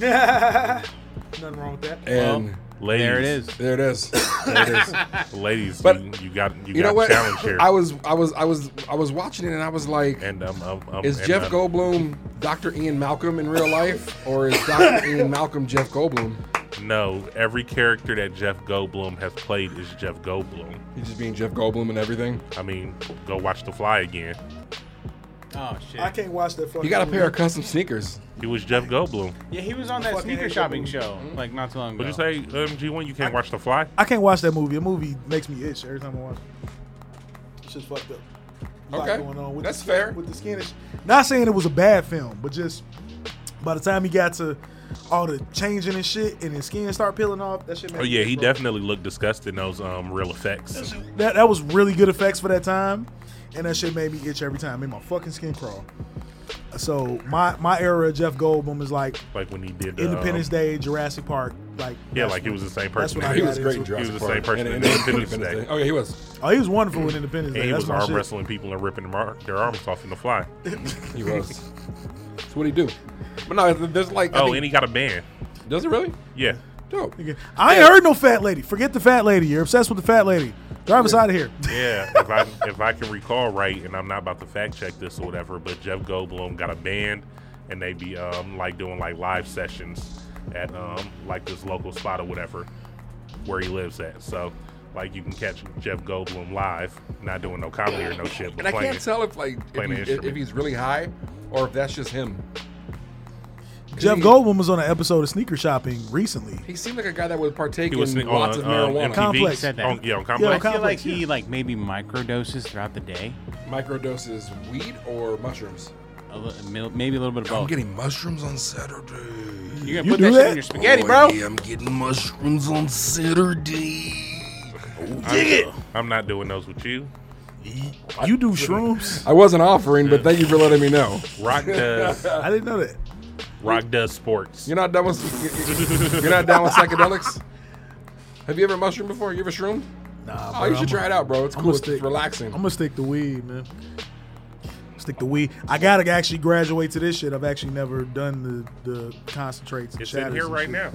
Nothing wrong with that. and Ladies, There it is. there it is. There it is. Ladies, But- you, you got you, You got know what? challenge here. I was I was I was I was watching it and I was like, and um, um, um, is and, Jeff um, Goldblum Dr. Ian Malcolm in real life, or is Dr. Ian Malcolm Jeff Goldblum? No, every character that Jeff Goldblum has played is Jeff Goldblum. He's just being Jeff Goldblum and everything. I mean, go watch The Fly again. Oh shit. I can't watch that fucking. He got a pair of custom sneakers. He was Jeff Goldblum. Yeah, he was on that Fucking sneaker hate Hmm? shopping that show like not too long ago. Would you say MG1 you can't watch The Fly? I can't watch that movie. A movie makes me itch every time I watch it. It's just fucked up. A lot Okay. That's the skin- fair. With the skin, is- not saying it was a bad film, but just by the time he got to all the changing and shit, and his skin start peeling off, that shit. made Oh me yeah, he itch, bro. definitely looked disgusting. Those um real effects. That that was really good effects for that time, and that shit made me itch every time. Made my fucking skin crawl. So my my era of Jeff Goldblum is like Like when he did the, Independence um, Day, Jurassic Park, like Yeah, that's like he what- was the same that's person. what I He got was into. great in Jurassic He was the Park. same person And- in and- Independence Day. Oh yeah, he was. Oh, he was wonderful in Independence Day. And he That's was my arm shit. wrestling people and ripping them ar- their arms off in The Fly. He was. That's what he do. But no, there's like. I Oh, think- and he got a band. does it really? Yeah. Dope. I ain't heard no fat lady. Forget the fat lady. You're obsessed with the fat lady. Drive us out of here. Yeah, if I if I can recall right, and I'm not about to fact check this or whatever, but Jeff Goldblum got a band, and they be um like doing like live sessions at um like this local spot or whatever where he lives at. So like you can catch Jeff Goldblum live, not doing no comedy or no shit, but And I playing. can't tell if like if, Playing an he- if- instrument. if he's really high or if that's just him. Jeff He- Goldblum was on an episode of Sneaker Shopping recently. He seemed like a guy that would partake He was in on lots of um, marijuana. MTV. Complex. Said that. On, yeah, on Yeah, Complex. I feel like complex, he yeah. like maybe microdoses throughout the day, Microdoses weed or mushrooms. a li- mil- maybe a little bit of both. getting mushrooms on Saturday. You're gonna You put that, shit do that? in your spaghetti, bro. I'm getting mushrooms on Saturday. I'm, I'm not doing those with you. You do shrooms? I wasn't offering, but thank you for letting me know. Rock does I didn't know that. Rock does sports. You're not down with you're not down with psychedelics. Have you ever mushroomed before? You ever shroomed? Nah, Oh, you should try it out, bro. It's cool. It's stick, relaxing. I'm gonna stick to weed, man. Stick to weed. I gotta actually graduate to this shit. I've actually never done the the concentrates. And It's in shatters here and right shit. now.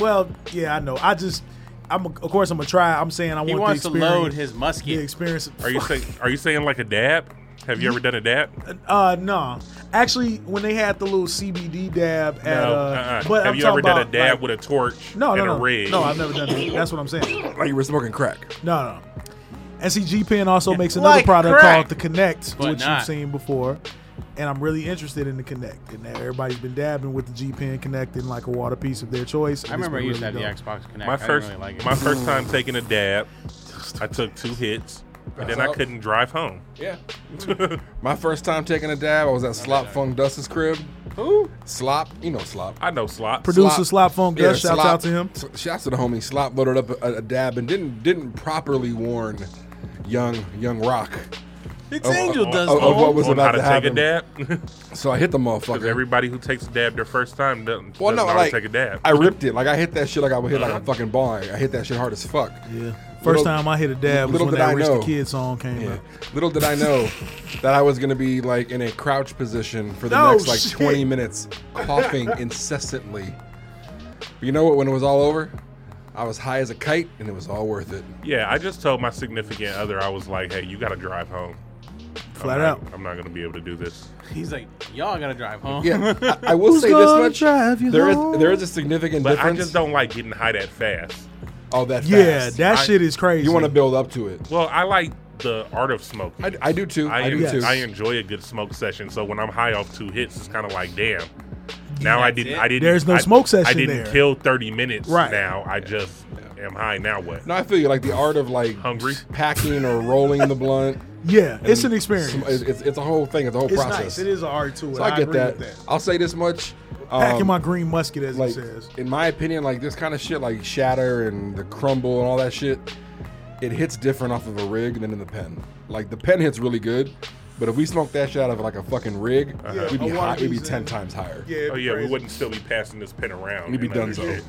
Well, yeah, I know. I just, I'm of course I'm gonna try. I'm saying I He want wants the to experience- load his the musket. experience. Are you saying Are you saying like a dab? Have you ever done a dab? Uh, no. Actually, when they had the little CBD dab at, No. uh, Uh-uh. but Have I'm you talking ever done a about, dab like- with a torch no, and no, a no, rig? no, I've never done that. That's what I'm saying. like you were smoking crack. No, no. SCG Pen also makes another Like product crack, called the Connect, but which not. you've seen before. And I'm really interested in the Connect. And now everybody's been dabbing with the G Pen Connect in like a water piece of their choice. I remember I used to have the X. Xbox Connect. my I didn't first really like it. my first time taking a dab, I took two hits, and then I That's up. couldn't drive home. Yeah. My first time taking a dab, I was at Slop Funk Dust's crib. Who? Slop, you know Slop. I know slop. Producer Slop Funk Yeah, Dust, shout Slop- out to him. S- Shouts to the homie. Slop loaded up a, a dab and didn't didn't properly warn young young Rock. It's Angel Dust of, of what was on about how to, to take a happen. dab. So I hit the motherfucker. Because everybody who takes a dab their first time doesn't, Well, doesn't no, always like take a dab. Uh-huh. I ripped it. Like I hit that shit like I would hit like a fucking bong. I hit that shit hard as fuck. Yeah. First Little- time I hit a dab was little when did that I Rich the know. Kid song came Yeah. out. Little did I know that I was gonna be like in a crouch position for the No next like shit. 20 minutes, coughing incessantly. But you know what? When it was all over, I was high as a kite, and it was all worth it. yeah, I just told my significant other I was like, "Hey, you got to drive home. Flat I'm out. not, I'm not gonna be able to do this." He's like, y'all gotta drive home. Yeah, I, I will Who's say this gonna much: drive you there is home? there is a significant But difference. I just don't like getting high that fast. all that. Yeah, fast. that I- shit is crazy. you want to build up to it. Well, I like the art of smoking. I, I do too. I, I, do en- too. I enjoy a good smoke session. So when I'm high off two hits, it's kind of like, damn. Now I That's didn't. it. I didn't. There's no I- smoke session I didn't there. kill 30 minutes. Right. now, I just am high. Now what? no, I feel you. Like the art of like Hungry? packing or rolling the blunt. Yeah, it's an And experience. sm- It's, it's, it's a whole thing. It's a whole It's process. nice. It is an art too. So I I, get agree that. with that. I'll say this much. Packing um, my green musket, as like he says. in my opinion, like this kind of shit, like shatter and the crumble and all that shit, it hits different off of a rig than in the pen. Like the pen hits really good, But if we smoked that shit out of like a fucking rig, Yeah, we'd be Uh-huh. a high, we'd be 100%. ten times higher. Yeah. it'd Oh be yeah, we crazy. wouldn't still be passing this pin around. We'd be and other done so. shit.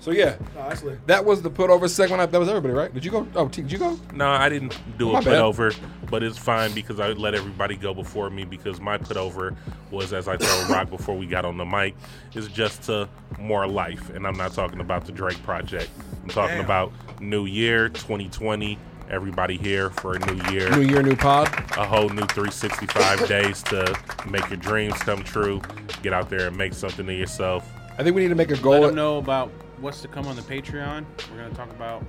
So yeah, Nah, that's lit. that was the put over segment. I- That was everybody, right? Did you go? Oh, T, did you go? No, I didn't do Oh, My a bad. put over, but it's fine because I let everybody go before me because my put over was, as I told Rock before we got on the mic, is just to more life. And I'm not talking about the Drake project. I'm talking Damn. about New Year 2020. Everybody here for a new year, New year, new pod. a whole new 365 days to make your dreams come true. Get out there and make something of yourself. I think we need to make a Let goal. them know about what's to come on the Patreon. We're gonna talk about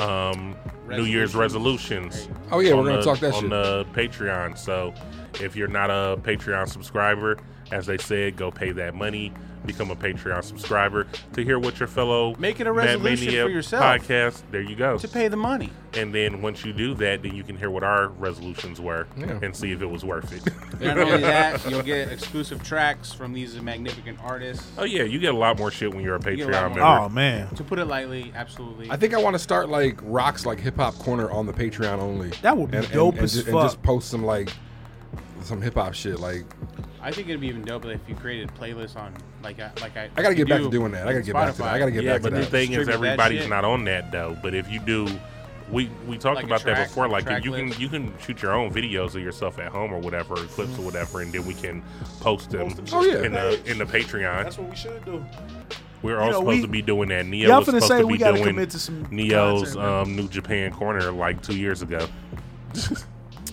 um, New Year's resolutions. Oh, yeah, we're on gonna the- talk that on shit. the Patreon. So if you're not a Patreon subscriber, as they said, go pay that money, become a Patreon subscriber to hear what your fellow Make it a Mad resolution Mania for yourself. Podcast. There you go. to pay the money. And then once you do that, then you can hear what our resolutions were Yeah. and see if it was worth it. Not only that, you'll get exclusive tracks from these magnificent artists. oh yeah, you get a lot more shit when you're a get Patreon a lot member. more. Oh man, To put it lightly, absolutely. I think I want to start like rocks like hip hop corner on the Patreon only. That would be dope as ju- and fuck. just post some like some hip hop shit. Like I think it'd be even dope if you created playlists on like I like I. I gotta you get back do to doing that. I gotta on get back to that. I gotta Spotify. get yeah, back to but the that. thing is, Distribute that everybody's shit. not on that though. But if you do, we we talked Like a about that track- before. Like track if you list. can you can shoot your own videos of yourself at home or whatever, or clips or whatever, and then we can post them, Post them Oh, yeah. in the in the Patreon. that's what we should do. We're all know, supposed we- to be doing that. Neo Y'all was finna supposed say to we be gotta doing commit to some Neo's content, man. um, New Japan corner like two years ago.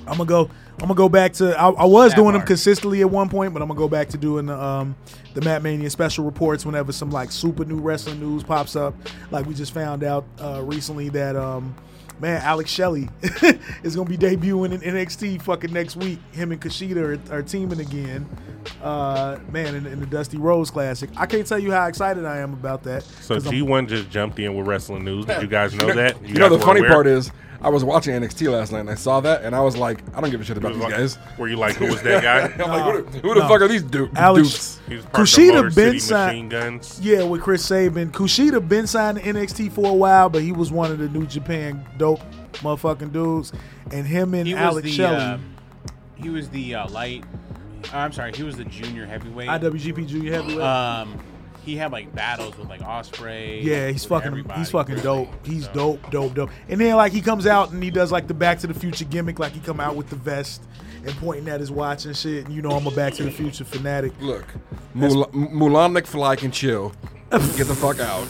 I'm gonna go. I'm gonna go back to. I, I was That doing them part. consistently at one point, but I'm gonna go back to doing the um, the Matt Mania special reports whenever some like super new wrestling news pops up. Like we just found out uh, recently that um, man Alex Shelley is gonna be debuting in NXT fucking next week. Him and Kushida are, are teaming again. Uh, man, in, in the Dusty Rose Classic. I can't tell you how excited I am about that. So 'cause I'm- G1 just jumped in with wrestling news. Did you guys know that? You, know guys the were funny aware? part is I was watching NXT last night and I saw that and I was like, I don't give a shit about Were you these like- guys. Were you like, who was that guy? I'm like, who the, who the no. fuck are these du- Alex- dupes? He was part of the Kushida Motor been City signed- machine guns. Yeah, with Chris Sabin. Kushida been signed to NXT for a while, but he was one of the New Japan dope motherfucking dudes. And him and He was Alex the. Shelley, uh, he was the uh, light. uh, I'm sorry. He was the junior heavyweight. IWGP Junior Heavyweight. Um, he had like battles with like Osprey. yeah, he's fucking everybody, he's fucking really. dope. He's dope, dope, dope. And then like he comes out and he does like the Back to the Future gimmick, like he come out with the vest and pointing at his watch and shit. And you know I'm a Back to the Future fanatic. Look, Mulan, Mulan McFly can chill. Get the fuck out.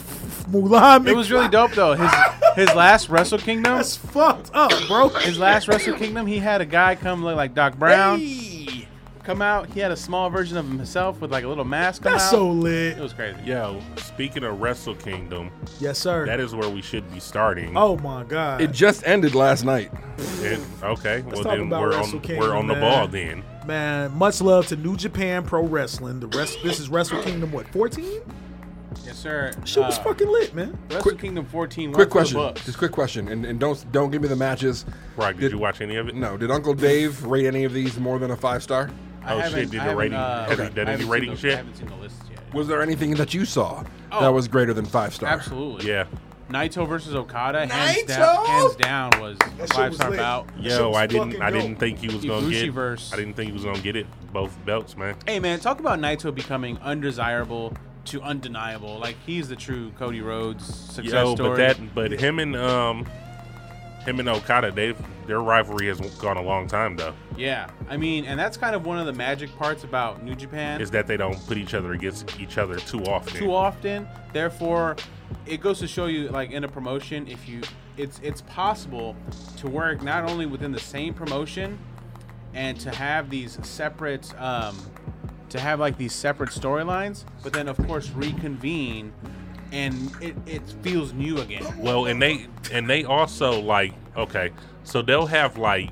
Mulan, It was really dope though. His his last Wrestle Kingdom. that's fucked up, bro. His last Wrestle Kingdom, he had a guy come look like Doc Brown. Come out. He had a small version of himself with like a little mask. Come That's out. so It lit. was crazy. Yo, speaking of Wrestle Kingdom, Yes, sir. that is where we should be starting. oh my god. It just ended last night. And- okay, well talk then about we're Wrestle on Kingdom, we're on the man. ball then. Man, much love to New Japan Pro Wrestling. The rest, this is Wrestle Kingdom. What fourteen? Yes, sir. Shit was Uh, fucking lit, man. Wrestle Quick- Kingdom 14. Quick one for the question. books. Just quick question. And, and don't don't give me the matches. Rock, did, you watch any of it? No, did Uncle Dave rate any of these more than a five star? I Oh, shit, haven't- did I the rating- haven't, has he done I any haven't rating seen the- shit? I haven't seen the list yet. Was there anything that you saw that Oh. was greater than five star? Absolutely. Yeah. Naito versus Okada, hands Naito? down, hands down was a shit five was star lit. bout. Yo, was I didn't fucking I dope. didn't think he was gonna get Ibushi-verse. I didn't think he was gonna get it both belts, man. Hey man, talk about Naito becoming undesirable to undeniable. Like he's the true Cody Rhodes success Yo, story. but that but him and um him and Okada, they've their rivalry has gone a long time though. yeah, I mean, and that's kind of one of the magic parts about New Japan. Is that they don't put each other against each other too often. too often. Therefore, it goes to show you, like in a promotion, if you, it's it's possible to work not only within the same promotion, and to have these separate, um, to have like these separate storylines, but then of course reconvene, and it, it feels new again. Well, and they and they also like okay, so they'll have like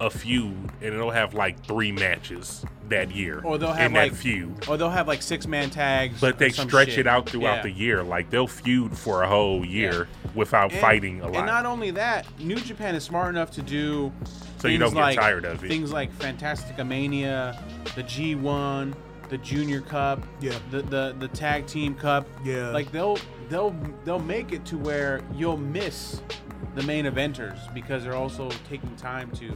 a feud, and they'll have like three matches that year, Or they'll have in like that feud. or they'll have like six man tags. But they or some stretch shit. it out throughout Yeah. the year. Like they'll feud for a whole year without And- fighting a lot. And not only that, New Japan is smart enough to do So you things don't get like- tired of it. Things like Fantastica Mania, the G1, the Junior Cup, Yeah. the the the Tag Team Cup, Yeah. Like they'll they'll they'll make it to where you'll miss the main eventers because they're also taking time to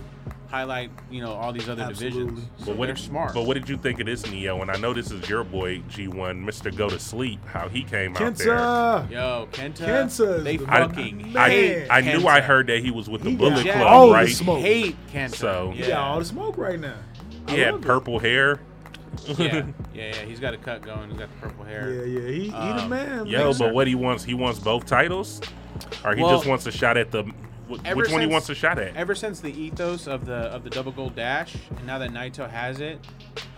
highlight, you know, all these other divisions. Absolutely. So But what they're did- smart. But what did you think of this Neo? And I know this is your boy G1, Mister Go to Sleep. How he came out there. Kenta. Yo, Kenta, Kenta is they the I, fucking I, hate I knew I Kenta. heard that he was with the He Bullet got Jack, Club, all the right? smoke. Hate Kenta. So- Yeah. all the smoke right now. I He had love it. purple hair, yeah, yeah, yeah. He's got a cut going. He's got the purple hair. Yeah, yeah. He, he the Um, man. Yo, man. but what he wants? He wants both titles, or he Well, just wants a shot at the wh- which ever one he since- wants a shot at? Ever since the ethos of the of the double gold dash, and now that Naito has it,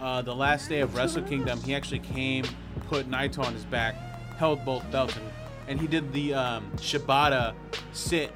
uh, the last day of Wrestle Kingdom, he actually came, put Naito on his back, held both belts, and, and he did the um, Shibata sit.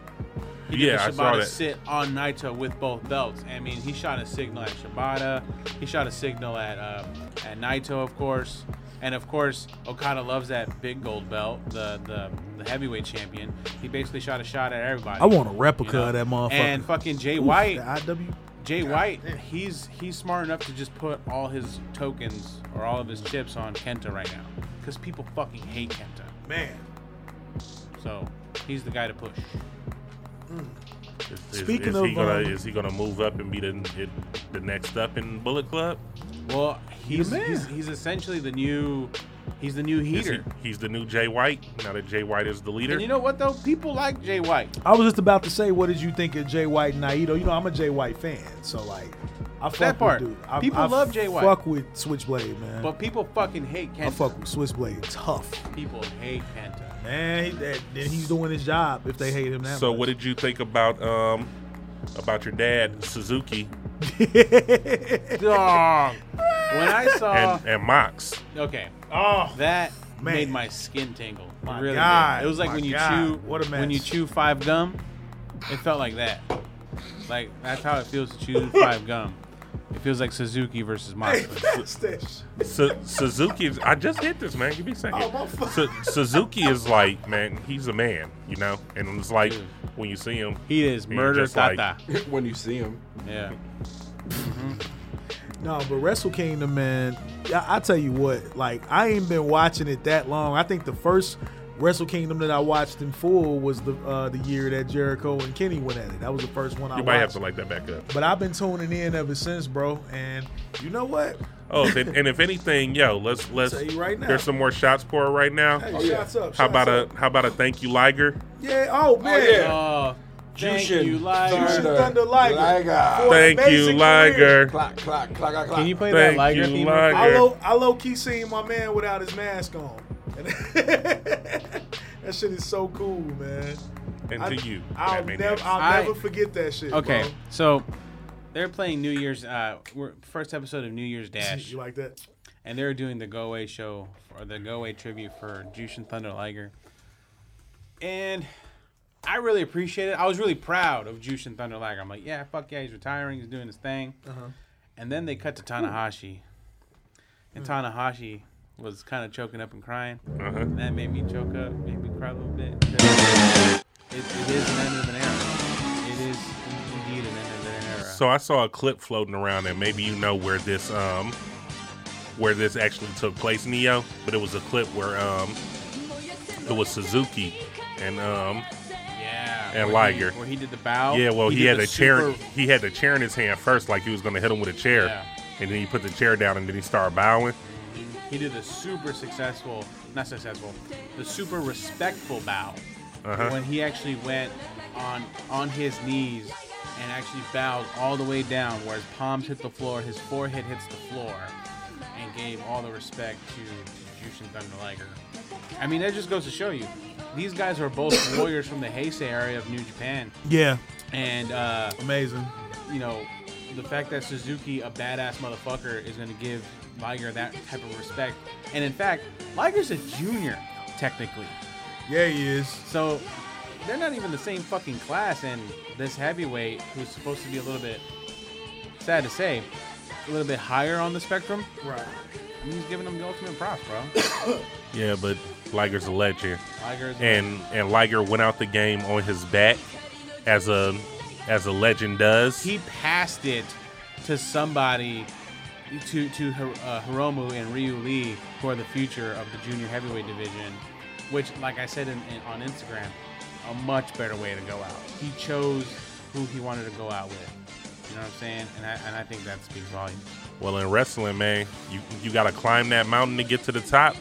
He did Yeah, I the saw Shibata that. sit on Naito with both belts. I mean, he shot a signal at Shibata. He shot a signal at uh, at Naito, of course, and of course Okada loves that big gold belt, the the, the heavyweight champion. He basically shot a shot at everybody. I want a replica know? of that motherfucker. And fucking Jay Oof, White, The IW. Jay White, he's he's smart enough to just put all his tokens or all of his chips on Kenta right now because people fucking hate Kenta. Man. So he's the guy to push. Is, is- Speaking is of, he gonna, um, is he gonna move up and be the it- the next up in Bullet Club? Well, he's man. he's, he's essentially the new he's the new Is he- heater. he's the new Jay White. Now that Jay White is the leader, And you know what though? People like Jay White. I was just about to say, what did you think of Jay White and Naito? You know, I'm a Jay White fan, so like, I fuck part. With dude. I, People I love Jay White. Fuck with Switchblade, man. But people fucking hate Kenta. I fuck with Switchblade. Tough, People hate Kenta. man. He, that, then he's doing his job. If they hate him that so much. what did you think about um about your dad Suzuki Dog. when I saw and and Mox? okay, oh that man. made my skin tingle. It My really did. God, It was like my when you God, chew what a when you mess. chew five gum. It felt like that. Like that's how it feels to chew five gum. It feels like Suzuki versus Moxley. Stitch. Su- Suzuki, is, I just hit this man. Give me a second. Oh, Su- Suzuki is like man, he's a man, you know, and it's like Dude. when you see him, He is you're murder just like- tata. when you see him. Yeah. No, but Wrestle Kingdom, man, I, I tell you what, like, I ain't been watching it that long. I think the first Wrestle Kingdom that I watched in full was the uh, the year that Jericho and Kenny went at it. That was the first one I you might watched. have to like that back up. but I've been tuning in ever since, bro. And you know what? Oh, then, and if anything, yo, let's let's. Tell you right now. There's some more shots poured right now. Hey, Oh, yeah. shots up. how shots about up. a how about a thank you Liger? Yeah. Oh man. yeah. Oh, thank Jushin you, Liger. Jushin Thunder Liger. Liger. What an Thank you amazing career. Liger. Clock, clock, clock, clock. Can you play Thank that Liger you, theme? Liger. I low I low key seen my man without his mask on. that shit is so cool, man. And I- to you, I'll, Batman nev- X. I'll I- never forget that shit. Okay, bro. so they're playing New Year's uh we're, first episode of New Year's Dash. You like that? and they were doing the Go Away show or the Go Away tribute for Jushin Thunder Liger. And I really appreciate it. I was really proud of Jushin Thunder Liger. I'm like, yeah, fuck yeah, he's retiring, he's doing his thing. And then they cut to Tanahashi, and Tanahashi was kind of choking up and crying. Uh-huh. And that made me choke up, made me cry a little bit. 'cause It, it is an end of an era. It is indeed an end of an era. So I saw a clip floating around, and maybe you know where this um where this actually took place, Neo. But it was a clip where um it was Suzuki and um yeah, and where he- Liger. where Oh, he did the bow. yeah, well he, did had the a chair. super- He had the chair in his hand first, like he was gonna hit him with a chair, Yeah. and then he put the chair down, and then he started bowing. He did a super successful, not successful, the super respectful bow when he actually went on on his knees and actually bowed all the way down, where his palms hit the floor, his forehead hits the floor, and gave all the respect to Jushin Thunder Liger. I mean, that just goes to show you, these guys are both warriors from the Heisei area of New Japan, Yeah. and uh, Amazing. you know, the fact that Suzuki, a badass motherfucker, is going to give Liger that type of respect. And in fact, Liger's a junior, technically. Yeah, he is. So they're not even the same fucking class. And this heavyweight, who's supposed to be a little bit, sad to say, a little bit higher on the spectrum, Right. he's giving him the ultimate props, bro. Yeah, but Liger's a legend. Liger's and and Liger went out the game on his back, as a as a legend does. he passed it to somebody to to uh, Hiromu and Ryu Lee for the future of the junior heavyweight division, which, like I said in, in, on Instagram, a much better way to go out. He chose who he wanted to go out with. You know what I'm saying? And I, and I think that speaks volumes. Well, in wrestling, man, you you gotta climb that mountain to get to the top,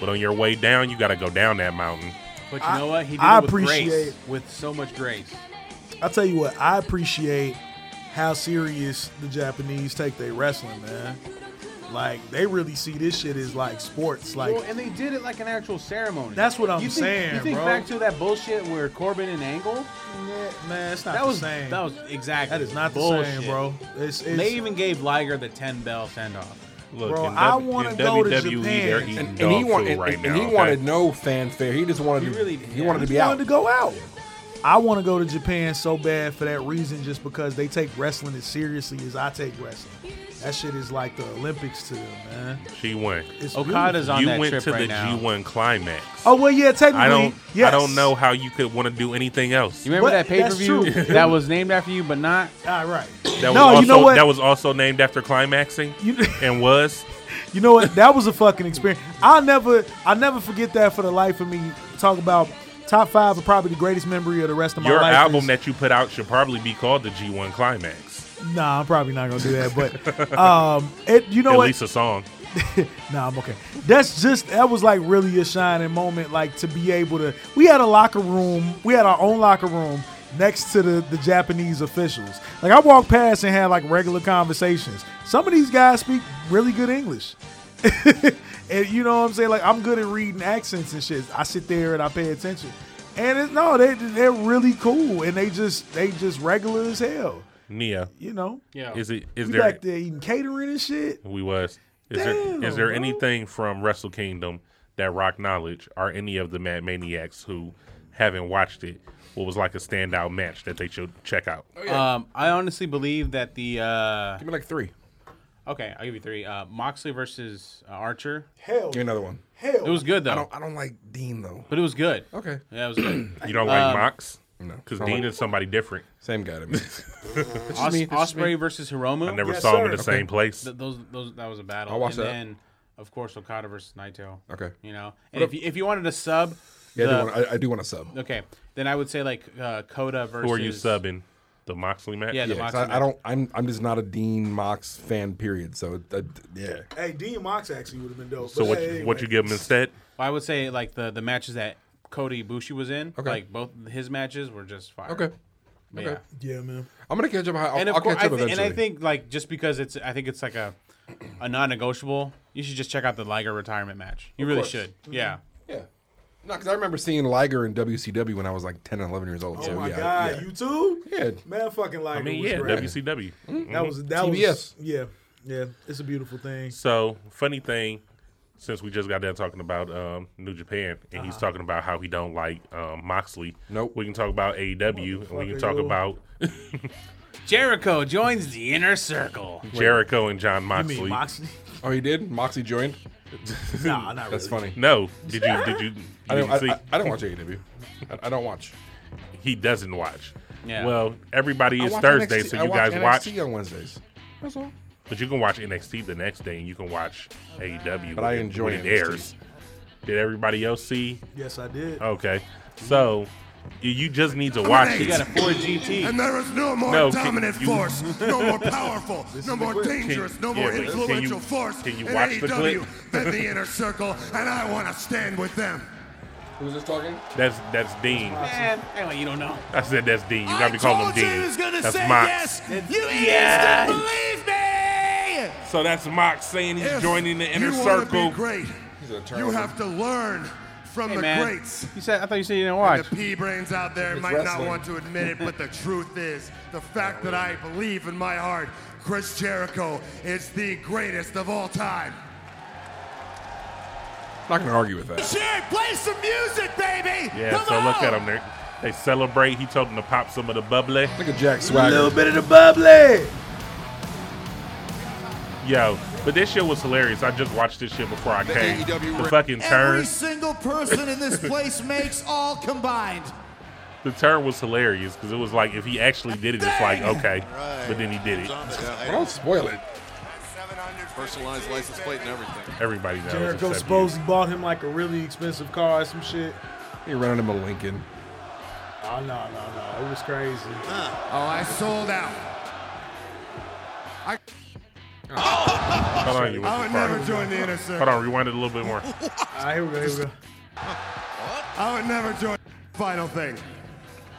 but on your way down, you gotta go down that mountain. But you I- know what? He did I it with grace, appreciate- with so much grace. I tell you what, I appreciate how serious the Japanese take their wrestling, man. Like they really see this shit as like sports. Like well, and they did it like an actual ceremony. That's what I'm you think, saying, You think bro. back to that bullshit where Corbin and Angle? man, it's not That the was same. that was exactly that is not the bullshit. same, bro. It's, it's They even gave Liger the ten bell send off. Look, Bro, in, I W- wanna in go to WWE, they're Japan. eating And, dog and he food wanted, right and, now. and he okay? wanted no fanfare. He just wanted, He to, really- he yeah. wanted to be wanted out. to go out. I want to go to Japan so bad for that reason, just because they take wrestling as seriously as I take wrestling. That shit is like the Olympics to them, man. She went. Oh, It's Okada's on you that went trip to right the now. G1 climax. Oh well, yeah, technically. I don't. Yes. I don't know how you could want to do anything else. You remember What? that pay per That's view true. that was named after you, but not. All right. That was No, also, you know what? That was also named after climaxing, You- and was You know what? That was a fucking experience. I'll never, I'll never forget that for the life of me. Talk about top five, of probably the greatest memory of the rest of my your life. album is- that you put out should probably be called the G1 climax. Nah, I'm probably not gonna do that. But um, it, you know At what? least a song. Nah, I'm okay. That's just that was like really a shining moment. Like to be able to, we had a locker room. We had our own locker room next to the the Japanese officials. Like I walked past and had like regular conversations. Some of these guys speak really good English. and you know what I'm saying? Like I'm good at reading accents and shit. I sit there and I pay attention. And it's no, they they're really cool and they just they just regular as hell. Nia, You know? Yeah. is it? Is We there? back there eating catering and shit. We was. Is Damn, there is there bro. anything from Wrestle Kingdom that Rock Knowledge or any of the Mad Maniacs who haven't watched it what was like a standout match that they should check out? Um, I honestly believe that the uh, Give me like three. okay, I'll give you three. Uh, Moxley versus uh, Archer. Hell, Give me another one. It was good I though, don't, I don't like Dean though. but it was good. Okay. Yeah, it was good. You don't like Um, Mox? No. Because I don't Dean like- is somebody different. Same guy to me. Os- me, this is Osprey me. versus Hiromu. I never Oh, Yes, saw him in sir. the same place. Th- those those that was a battle. I'll watch and that. then of course Okada versus Naito. Okay. You know, and if you, if you wanted a sub, Yeah, the- I do wanna- I, I do want to sub. okay, then I would say like uh, Coda versus Who are you subbing? The Moxley match? Yeah, the Yeah, 'cause Mox I, I don't. I'm. I'm just not a Dean Mox fan. Period. So it, it, yeah. Hey, Dean Mox actually would have been dope. So But what, hey, what you give him instead? I would say like the the matches that Cody Bushi was in. Okay. Like both his matches were just fire. Okay. But okay. yeah. Yeah, man. I'm gonna catch up. I'll, And of I'll course, catch up I thi- eventually. and I think like just because it's I think it's like a a non-negotiable. You should just check out the Liger retirement match. You really course. Mm-hmm. should. Yeah. Yeah. No, because I remember seeing Liger in WCW when I was like 10 and 11 years old. Oh so my yeah, god, yeah. you too? Yeah. Man, fucking like I mean, was yeah, great. WCW. That was that TBS. was yeah, yeah. It's a beautiful thing. So funny thing, since we just got done talking about um, New Japan, and he's talking about how he don't like um, Moxley. Uh-huh. Nope. We can talk about AEW, and we can Motherfucker, talk yo. about Jericho joins the inner circle. Jericho and John I mean, Moxley. Moxley? Oh, he did. Moxie joined. nah, not That's really. funny. No, did you did you? I you didn't don't. see? I, I, I don't watch AEW. I, I don't watch. he doesn't watch. Yeah. Well, everybody I is watch Thursday, NXT so I you guys watch. NXT on Wednesdays. That's all. But you can watch NXT the next day, and you can watch AEW. But I when it- enjoy when it NXT. airs. Did everybody else see? Yes, I did. Okay, so you- you just need to watch He it. got a Ford GT. And there is no more No, can- dominant you- force, no more powerful, no more dangerous, no yeah, more but can you- influential force can you in E watch the AEW clip? than the inner circle, and I want to stand with them. Who's this talking? That's that's Dean. Man, anyway, you don't know. I said that's Dean. You gotta be calling him Dean. That's Mox. You Yes. idiots believe me. So that's Mox saying he's If joining the inner you wanna circle. Be great, an eternal you have to learn from Hey, the man. greats. You said I thought you said you didn't watch. The pea brains out there It's might wrestling. not want to admit it, but the truth is the fact that I believe in my heart Chris Jericho is the greatest of all time. Not gonna argue with that. Jerry, play some music, baby! Yeah. Come so look on! at him there. They celebrate. He told him to pop some of the bubbly. Look at Jack Swagger. bit of the bubbly. Yo, but this shit was hilarious. I just watched this shit before I came. E AEW The fucking Every turn. single person in this place makes all combined. The turn was hilarious because it was like if he actually did it, it's like okay, but then he did it. Don't spoil it. Personalized license plate and everything. Everybody knows. Jericho except you. supposedly bought him like a really expensive car or some shit. He running him a Lincoln. no, Oh, no, no, no. It was crazy. Ah, Oh, I sold out. I, Hold on, you went I would too far. never join the inner circle. Hold on, rewind it a little bit more. All right, here we go. Here we go. I would never join. Final thing.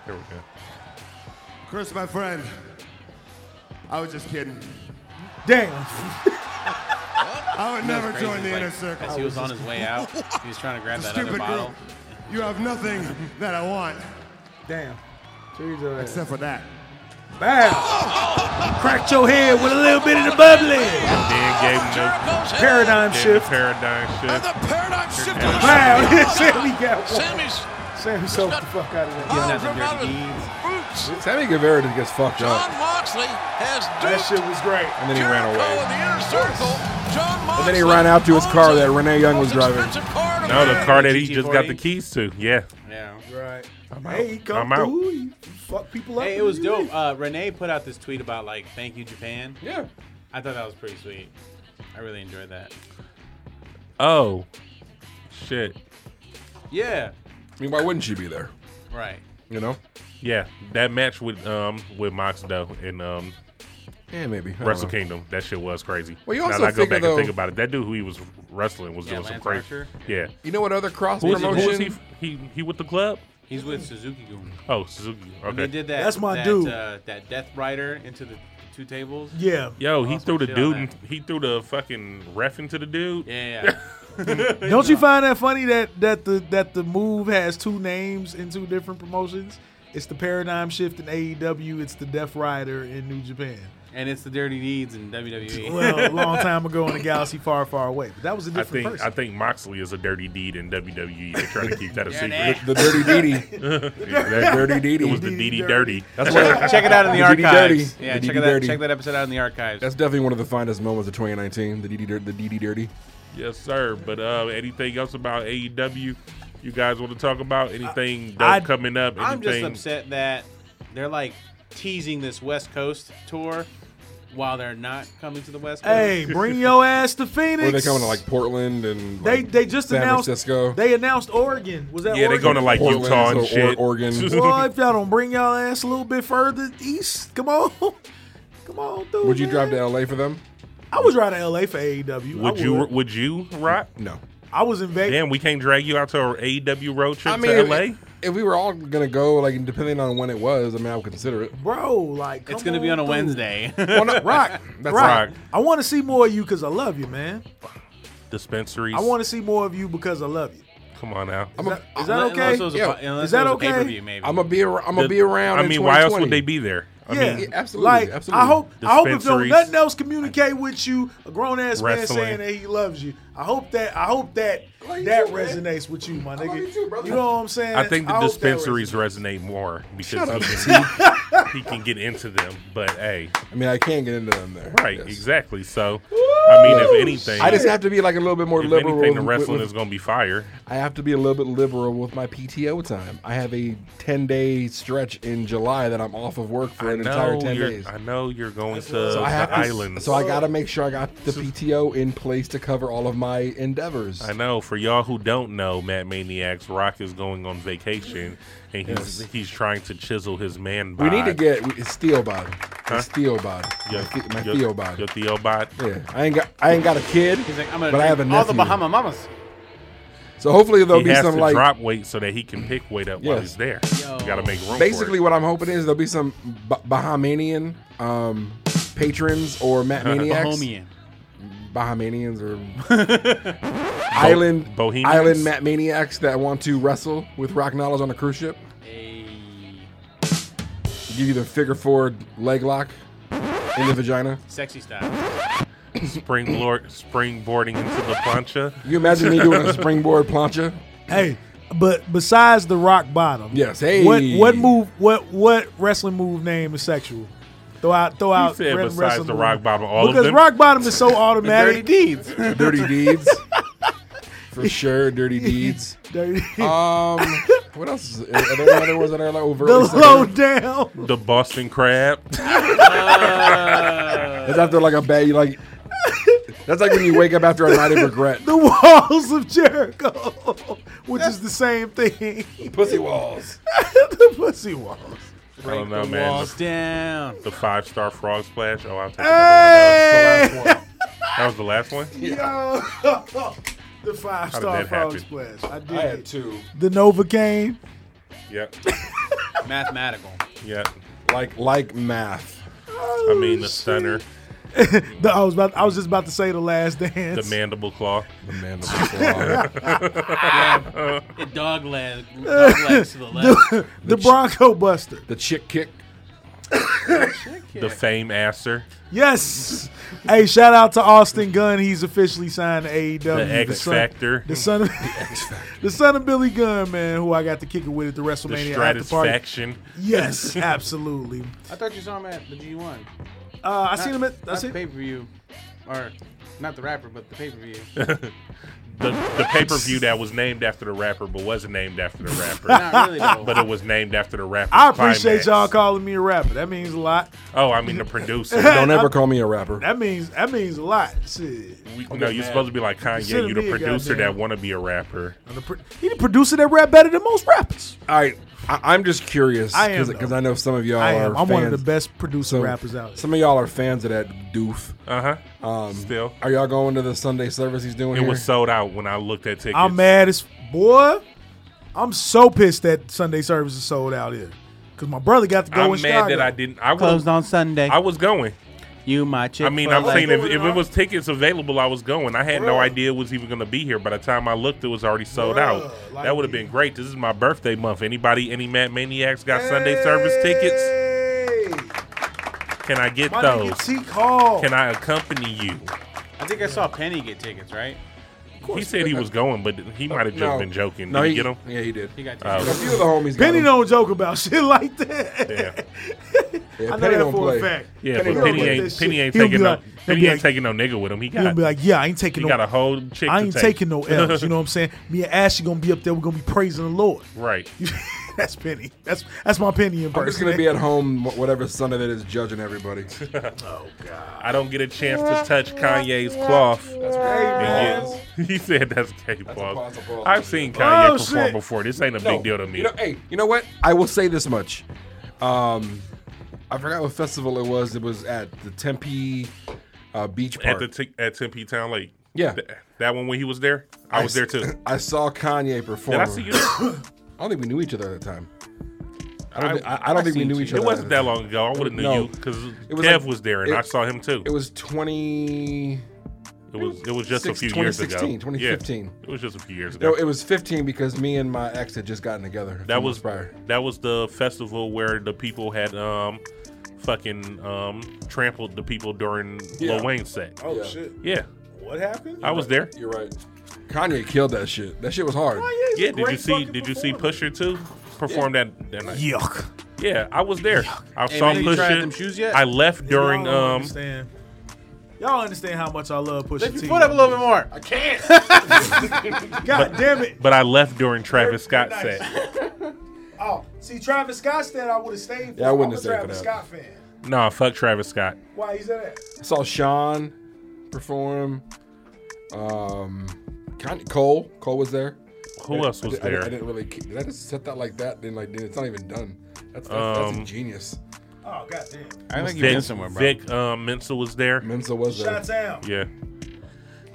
Here we go. Chris, my friend, I was just kidding. Damn. I would You know, never it's crazy, join the like, inner circle. As he was on his way out, he was trying to grab that other Stupid bottle. girl. You have nothing that I want. Damn. uh, Jesus. Except for that. Bam. Cracked your head with a little bit of the bubbling. And then gave him the then Paradigm the shift. Paradigm shift. paradigm shift to the Wow, Sammy got one. Sammy's Sammy soaked the fuck out of giving that. out the dirty deeds. Boots. Sammy Guevara just gets fucked John up, Moxley has That duped shit was great. and then he Jericho in ran away. the inner circle. John Moxley And then he ran out to his car that Renee Young was driving. expensive car in No, the America. car that he just got GT40. the keys to. Yeah. Yeah. Right. Hey, he I'm come out. through. He fuck people up. Hey, it and was he dope. leave. Uh, Renee put out this tweet about like, "Thank you, Japan." Yeah. I thought that was pretty sweet. I really enjoyed that. Oh. Shit. Yeah. I mean, why wouldn't she be there? Right. You know? Yeah. That match with um with Mox though and um Yeah, maybe. I don't Wrestle know. Kingdom. That shit was crazy. Well, you Now also that I go figure, back though- and think about it. That dude who he was wrestling was Yeah, doing some Lance crazy. Archer. Yeah. You know what other cross Who was, he, who was promotion? he? He he with the club? He's with Suzuki Gun. Oh, Suzuki. They Okay. did that. That's my that, dude. Uh, that Death Rider into the two tables. Yeah. Yo, he Awesome threw the shit on dude. that. In, he threw the fucking ref into the dude. Yeah. yeah. Don't you find that funny that that the that the move has two names in two different promotions? It's the paradigm shift in AEW. It's the Death Rider in New Japan. and it's the Dirty Deeds in E. WWE. Well, a long time ago in the galaxy far, far away. But that was a I different think person. I think Moxley is a dirty deed in WWE. They're trying to keep that a Yeah, secret. The Dirty DD. That Dirty It was DD. the DD DD dirty. dirty. That's check, check it out in the, The DD archives. Dirty. Yeah, The check DD it out, Dirty. check that episode out in the archives. That's definitely one of the finest moments of 2019. The DD, dir- the DD Dirty. yes, sir. But uh, anything else about AEW? You guys want to talk about anything dope I- coming up? I'm just Anything? upset that they're like teasing this West Coast tour while they're not coming to the West Coast. hey, bring your ass to Phoenix. Were they coming to like Portland and They like, they just San announced Francisco? They announced Oregon. Was that yeah, they're Oregon? going to like Portland, Utah and or- shit, Oregon. Well, if y'all don't bring y'all ass a little bit further east, come on, come on, dude. Would you man. drive to LA for them? I would drive to LA for AEW. would I you? would. Would you, Rock? No. I was in Vegas. Damn, we can't drag you out to our AEW road trip I mean, to if- LA. If we were all gonna go, like depending on when it was, I mean, I would consider it. bro. Like, it's come gonna be on a through. Wednesday. Well, no, rock. That's Right. Rock. rock. I want to see more of you because I love you, man. Dispensaries. I want to see more of you because I love you. Come on now. I'm a, Is that Unless okay? it was a, Yeah. po- unless Is that it was okay? a pay-per-view, maybe. I'm gonna be. Ar- I'm gonna be around. I in mean, why else 2020. would they be there? I yeah. mean, Yeah, absolutely, Like, absolutely. I hope. I hope if don't Dispensaries. nothing else communicate with you, a grown ass man Wrestling. saying that he loves you. I hope that. I hope that love Oh, you that too, man. resonates with you, my love nigga. you too, brother. know what I'm saying? I think the hope that dispensaries resonates. resonate more because Shut up, he can, he can get into them. But hey, I mean, I can't get into them there. right, Yes. exactly. So I mean, if anything, I just have to be like a little bit more if liberal. anything, the with- wrestling with- is going to be fire. I have to be a little bit liberal with my PTO time. I have a 10 day stretch in July that I'm off of work for I an entire know, 10 you're, days. I know you're going to I have the to- islands. So I got to make sure I got the PTO in place to cover all of my endeavors. I know. For y'all who don't know, Matt Maniacs Rock is going on vacation, and he's he's trying to chisel his man. we Bod. need to get it's steel body. Huh? It's steel body. your, my thi- my your- Theo body. Your Theo bod. yeah, I ain't got I ain't got a kid, He's like, I'm gonna but I have a drink all nephew. the Bahama Mamas. so hopefully there'll He be has some to like drop weight so that he can pick weight up while Yes. he's there. You got to make room. basically for what I'm hoping is there'll be some ba- Bahamian um, patrons or Matt Maniacs. Bohemian. Bahamians or island Bohemians? island mat maniacs that want to wrestle with rock knowledge on a cruise ship. A Give you the figure four leg lock in the vagina. sexy style. it. springboard springboarding into the plancha. You imagine me doing a springboard plancha? Hey, but besides the rock bottom, Yes, hey. What what move? What what wrestling move name is sexual? Throw out, throw out. said re- besides wrestling the move. rock bottom, all of because them? rock bottom is so automatic. Deeds. Dirty deeds. For sure, dirty deeds. Dirty. Um, what else? Is, are there other ones that are like the overtly? low sexual? down. The Boston crab. It's after like a bad, you like That's like when you wake up after a night of regret. The walls of Jericho, which is the same thing. Pussy walls. the pussy walls. I don't know, the man. walls down. The five star frog splash. Oh, I'll take Hey! another one. Ah! That was the last one. That was the last one? Yo, the five How star did that frog happen? splash. I did. I had two. The Novocaine. Yep. Mathematical. Yep. Like like math. I mean, Oh, the stunner, The- I was about. I was just about to say the last the dance. mandible claw. The mandible claw. yeah, it dog leg, dog legs to the left. the, Bronco Buster. the chick kick. The fame asser. Yes. hey, shout out to Austin Gunn. He's officially signed to AEW. The X son- Factor. The son of the son of Billy Gunn, man, who I got to kick it with at the The WrestleMania after party. stratisfaction. Yes, absolutely. I thought you saw him at the G1. Uh, I seen him at I That's seen, the pay per view, or not the rapper, but the pay per view. The, the pay per view that was named after the rapper, but wasn't named after the rapper. not really though. but it was named after the rapper. I appreciate y'all calling me a rapper. That means a lot. Oh, I mean the producer. Don't ever call me a rapper. That means that means a lot. Shit. We- no, you're supposed to be like Consider Kanye. You me the a producer goddamn- that want to be a rapper. And the pro- He the producer that rap better than most rappers. All right. I, I'm just curious I am, because I know some of y'all I are. am. I'm one of the fans. best producer So, rappers out there. Some of y'all are fans of that doof. Uh huh. Still, Are y'all going to the Sunday service he's doing it Um, here? was sold out when I looked at tickets. I'm mad as boy. I'm so pissed that Sunday service is sold out here because my brother got to go. I'm in mad Chicago. that I didn't. I was. Closed on Sunday. I was going. you my chick. I mean, I'm saying if, if it was tickets available, I was going. I had no idea it was even going to be here. By the time I looked, it was already sold out. like- that would have been great. This is my birthday month. Anybody, any Mad Maniacs got Sunday service tickets? Hey, Can I get Eh, my those? nigga T Call. Can I accompany you? I think I saw Penny get tickets, right? He said he was going, but he might have just No. been joking. No, Did he, he get him? Yeah, he did. He got a tickets. few of the homies. Penny got him. don't joke about shit like that. Yeah. Yeah, I know Penny that don't for play. a fact. Yeah, Penny but don't Penny play ain't this Penny shit. ain't He'll taking be no like- he'll Penny be ain't like- taking no nigga with him. He He'll got be like, yeah, I ain't taking he no. got a whole chick. I to ain't take. taking no L's. you know what I'm saying? Me and Ashley gonna be up there. We're gonna be praising the Lord. Right. that's Penny. That's that's my Penny in person. I'm just gonna be at home wh- whatever Sunday that is judging everybody. I don't get a chance to touch Kanye's cloth. man. And get- he said that's gay pause. possible. I've seen Kanye Oh, perform shit. before. This ain't a No, big deal to me. You know, hey, you know what? I will say this much. Um, I forgot what festival it was. It was at the Tempe uh, Beach Park. at the t- at Tempe Town Lake. Yeah. Th- that one when he was there, I was there too. I saw Kanye perform. Did I see you? it I don't think we knew each other at the time. I don't, I- thi- I, I don't think we seen knew you. each It other. at wasn't the that time. long ago. I would have knew No. you because It was Kev like- was there and it- I saw him too. It was 20. It was it was just a Six- few years ago. 2016, Yeah. 2015. it was just a few years ago. No, it was 15 because me and my ex had just gotten together. a few that was months prior. that was the festival where the people had um fucking um trampled the people during Yeah. Lil Wayne's set. Oh Yeah. shit! Yeah, What happened? I was there. You're right. Kanye killed that shit. That shit was hard. Kanye's a Yeah, did you great see? fucking Did you see performer. Pusher too perform that that night? Yuck. Yeah, I was there. I Hey, saw man, you Pusha. tried them shoes yet? I left during Y'all don't um. understand. y'all understand how much I love Pusha Lift T. your foot up a little bit more. I can't. God damn it! But I left during Travis Scott's nice. set. Oh, see Travis Scott said I would have stayed. For Yeah, I wouldn't I'm a have stayed for Travis that. Scott fan. Nah, fuck Travis Scott. Why is that? I saw Sean perform. Um, Kanye, Cole. Cole was there. Who else was I, did, I, there? didn't, I didn't really. Did I just set that like that? Then like, then it's not even done. That's that's, Um, that's genius. Oh god damn! I think you've been Vic, somewhere, bro. Vic um, Mensa was there. Mensa was there. Shots out. Yeah,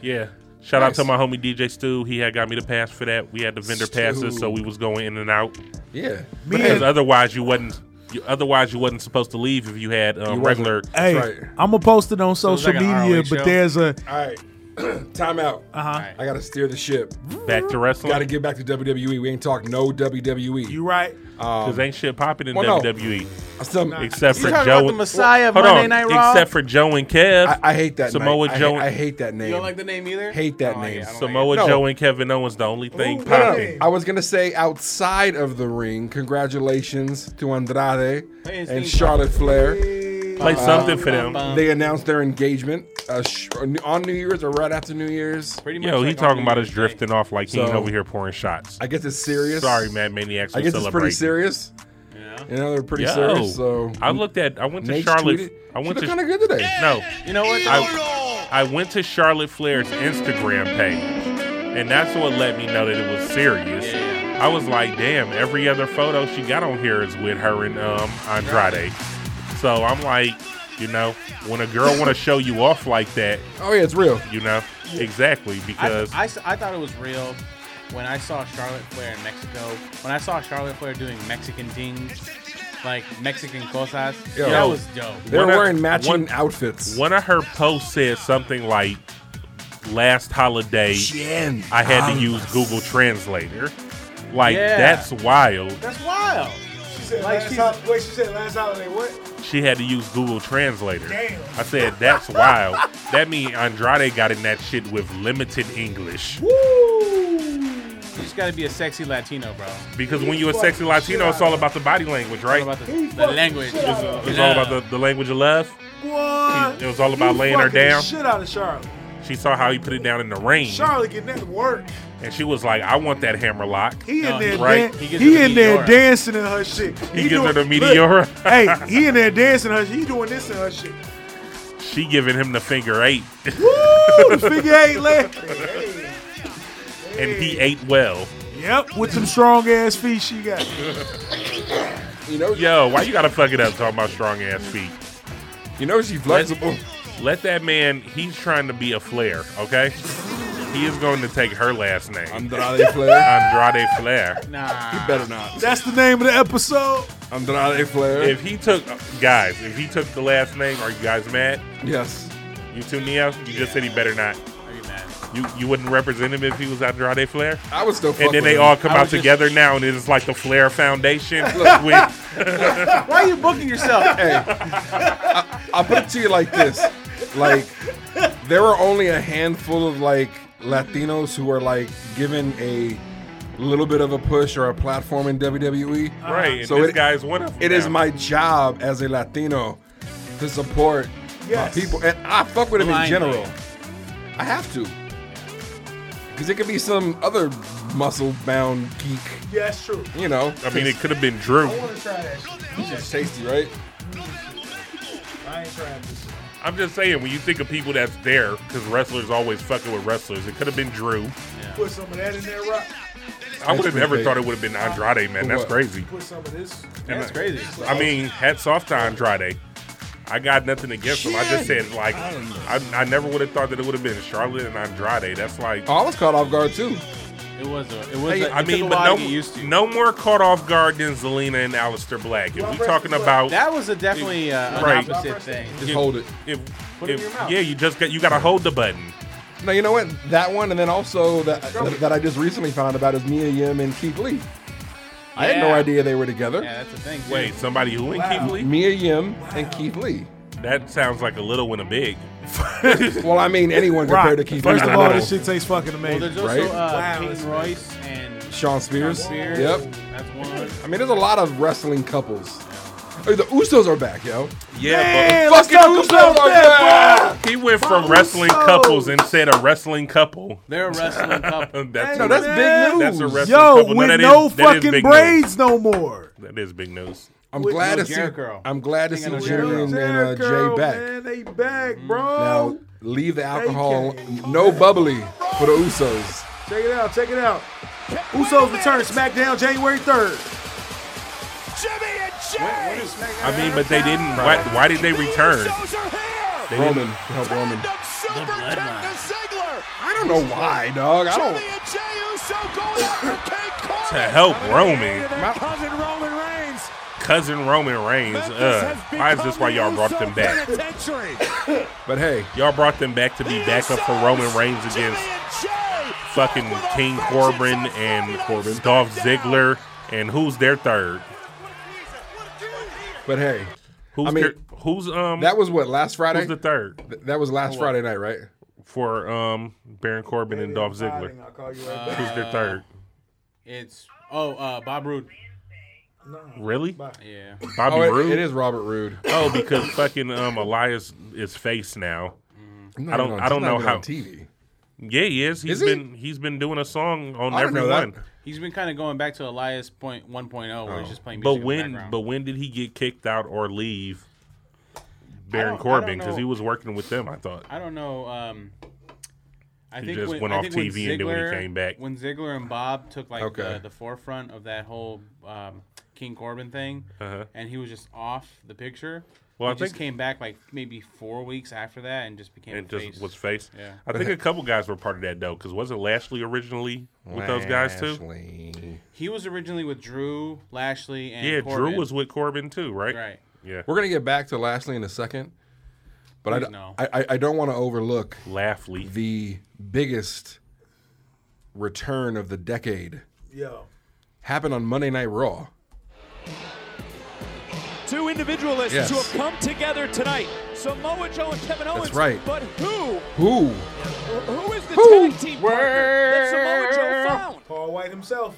yeah. Shout out to Nice. my homie DJ Stu. He had got me the pass for that. We had the vendor passes, Stu. so we was going in and out. Yeah. Me Because and- otherwise, you wasn't. You, otherwise, you wasn't supposed to leave if you had um, You wasn't. regular. Hey, right. I'm gonna post it on it's social like an media, ROH but show? there's a All right. Time out. Uh huh. I gotta steer the ship. Back to wrestling Got to get back to WWE. We ain't talk no E. WWE. you right. because ain't shit popping in E. Well, no. WWE Some, except You for talking Joe. about the and- Messiah of Hold Monday on, Night Raw? except for Joe and Kev. I, I hate that. Samoa name. Joe. I hate, I hate that name. You don't like the name either? Hate that Oh, yeah, name. I don't like Samoa No. Joe and Kevin Owens the only thing Ooh, No, no, popping. I was gonna say outside of the ring. Congratulations to Andrade Hey, it's and Steve. Charlotte Flair. Play something for them. Bum, bum. They announced their engagement uh, sh- on New Year's or right after New Year's. Pretty much Yo, he like on talking about New us Year's drifting Day. off like he ain't So- over here pouring shots. I guess it's serious. Sorry, Mad Maniacs. I for guess it's celebrating. pretty serious. Yeah. You know, they're pretty Yo, serious. So I looked at. I went to Nate's Charlotte. tweeted- I went she to looked kind of good today. No, You know what? I, I went to Charlotte Flair's Instagram page, and that's what let me know that it was serious. I was like, damn, every other photo she got on here is with her and um, Andrade. So I'm like, you know, when a girl want to show you off like that, Oh yeah, it's real. you know, exactly I, because I, s- I thought it was real when I saw Charlotte Flair in Mexico. When I saw Charlotte Flair doing Mexican things, like Mexican cosas, that was dope. They're One of- wearing matching one- outfits. One of her posts said something like, "Last holiday, Jen Um, I Um, had to Thomas." use Google Translator." Like Yeah. that's wild. That's wild. She said Like, last she's- hol- wait, she said last holiday what? She had to use Google Translator. Damn. I said that's wild. that mean Andrade got in that shit with limited English. You just gotta be a sexy Latino, bro. Because when you're a sexy Latino, it's all about the body language, right? about the- He the fucked language. the shit out of It's, her. it's all about the, the language of love. What? It was all about You laying her fucking the down. Shit out of Charlotte. She saw how he put it down in the rain, Charlotte getting that work. and she was like, "I want that hammerlock." He in there, right? dan- he, in there dancing in her shit. He gives her the look, meteora. hey, he in there dancing in her. shit. He doing this in her shit. She giving him the finger eight, Woo! Figure eight leg. and he ate well. Yep, with some strong ass feet she got. You know, yo, why you gotta fuck it up talking about strong ass feet? You know she's flexible. Let, let that man. He's trying to be a flair, okay? He is going to take her last name, Andrade Flair. Andrade Flair. Nah, He better not. That's the name of the episode. Andrade Flair. If he took, guys, if he took the last name, are you guys mad? yes. You two, Neo. You just said he better not. Are you mad? You you wouldn't represent him if he was Andrade Flair. I would still fuck And then with they him. all come I out was just- together now, and it's like the Flair Foundation. with, Why are you booking yourself? I'll put it to you like this. Like, there are only a handful of like Latinos who are like given a little bit of a push or a platform in WWE. right. And this it- guy's one of them. It is now. my job as a Latino to support Yes. my people, and I fuck with them in Blindly. general. I have to, because it could be some other muscle-bound geek, Yeah, that's true. you know. I mean, it could have been Drew. I want to try that. shit. It's just tasty, right? I ain't trying this. shit. I'm just saying, when you think of people that's there, because wrestlers always fucking with wrestlers, it could have been Drew. Put some of that in there, Rock. I would have never pretty thought it would have been Andrade, man. For That's what? crazy. Put some of this. That's crazy. I mean, hats off to Andrade. I got nothing against him. I just said, like, I, I never would have thought that it would have been Charlotte and Andrade. That's like, Oh, I was caught off guard too. It was a. It was. Hey, a, it I mean, took a while but to get used to. no, no more caught off guard than Zelina and Aleister Black. If we talking about That was a definitely uh, Right. an opposite thing. Just if- hold it. if, Put it in if- your mouth. yeah, you just got you got to hold the button. No, you know what? That one, and then also that that I just recently found about is Mia Yim and Keith Lee. I had no Yeah. idea they were together. Yeah, that's a thing. too. Wait, somebody who in Keith Lee? Mia Yim and Keith Lee. That sounds like a little and a big. Well, I mean, anyone Rock. compared to Keith First Lee. of I all, know. this shit tastes fucking Well, amazing. there's also Right? uh, Wow, that's King Royce and Sean Spears. Spears. Yep. That's one. I mean, there's a lot of wrestling couples. Oh, the Usos are back, yo. Yeah, let's Fucking talk about that, boy. but he went from wrestling so- couples and said a wrestling couple. They're a wrestling couple. That's No, a- that's big news. That's a wrestling Yo, couple. with that is- no that is fucking big braids no more. News. That is big news. I'm With glad no to see. Jericho. I'm glad to Think see I know Jerry Jericho. and uh, Jay Jericho, back. Mm-hmm. Man, oh. they back, Now bro. leave the alcohol, can't- no bubbly for the Usos. Check it out. Check it out. Usos return SmackDown January 3rd. Jimmy and Jay. I mean, but they didn't. Why, why did they return? They didn't- Roman, help Roman. Silver tap to Ziggler. I don't know why, dog. I Jimmy don't. and Jay Uso going after Kate to Corbin. help Roman, Their cousin Roman Reigns. cousin Roman Reigns. Uh, why is this why y'all brought them back? But hey, Y'all brought them back to be backup for Roman Reigns against fucking King Corbin and Dolph Ziggler. And who's their third? but hey, Who's I mean, their- who's um that was what last Friday. who's the third Th- that was last Friday night, right? for um Baron Corbin and Dolph Ziggler? I'll call you Uh, right Who's their third? It's oh uh, Bob Roode. Really? Yeah. Bobby Oh, it- Roode? it is Robert Rude. Oh, because fucking um Elias is face now. No, I don't- no, I he's don't not know even how- On TV. Yeah, he is. He's Is he? been he? has been doing a song on I didn't every know that. one. He's been kind of going back to Elias point one where he's just playing Oh. But music. in the when background. but when did he get kicked out or leave? Baron don't- I don't Corbin because know. he was working with them. I thought I don't know. Um, I He think just when, went I off think when TV and then when he came back. when Ziggler and Bob took like Okay. the, the forefront of that whole um, King Corbin thing, Uh-huh. and he was just off the picture. Well, Well, I he just think- came back like maybe four weeks after that and just became and a just face. was face. Yeah, I think a couple guys were part of that though because wasn't Lashley originally with those guys too? he was originally with Drew Lashley and Yeah, Corbin. Drew was with Corbin too, right? Right. Yeah. We're gonna get back to Lashley in a second, but I, Please d- no. I I- I don't want to overlook Lashley, the biggest return of the decade. Yo. Happened on Monday Night Raw. Two individualists Yes. who have come together tonight. Samoa Joe and Kevin Owens. right. But who? Who? Who is the Who? tag team partner that Samoa Joe found? Paul White himself.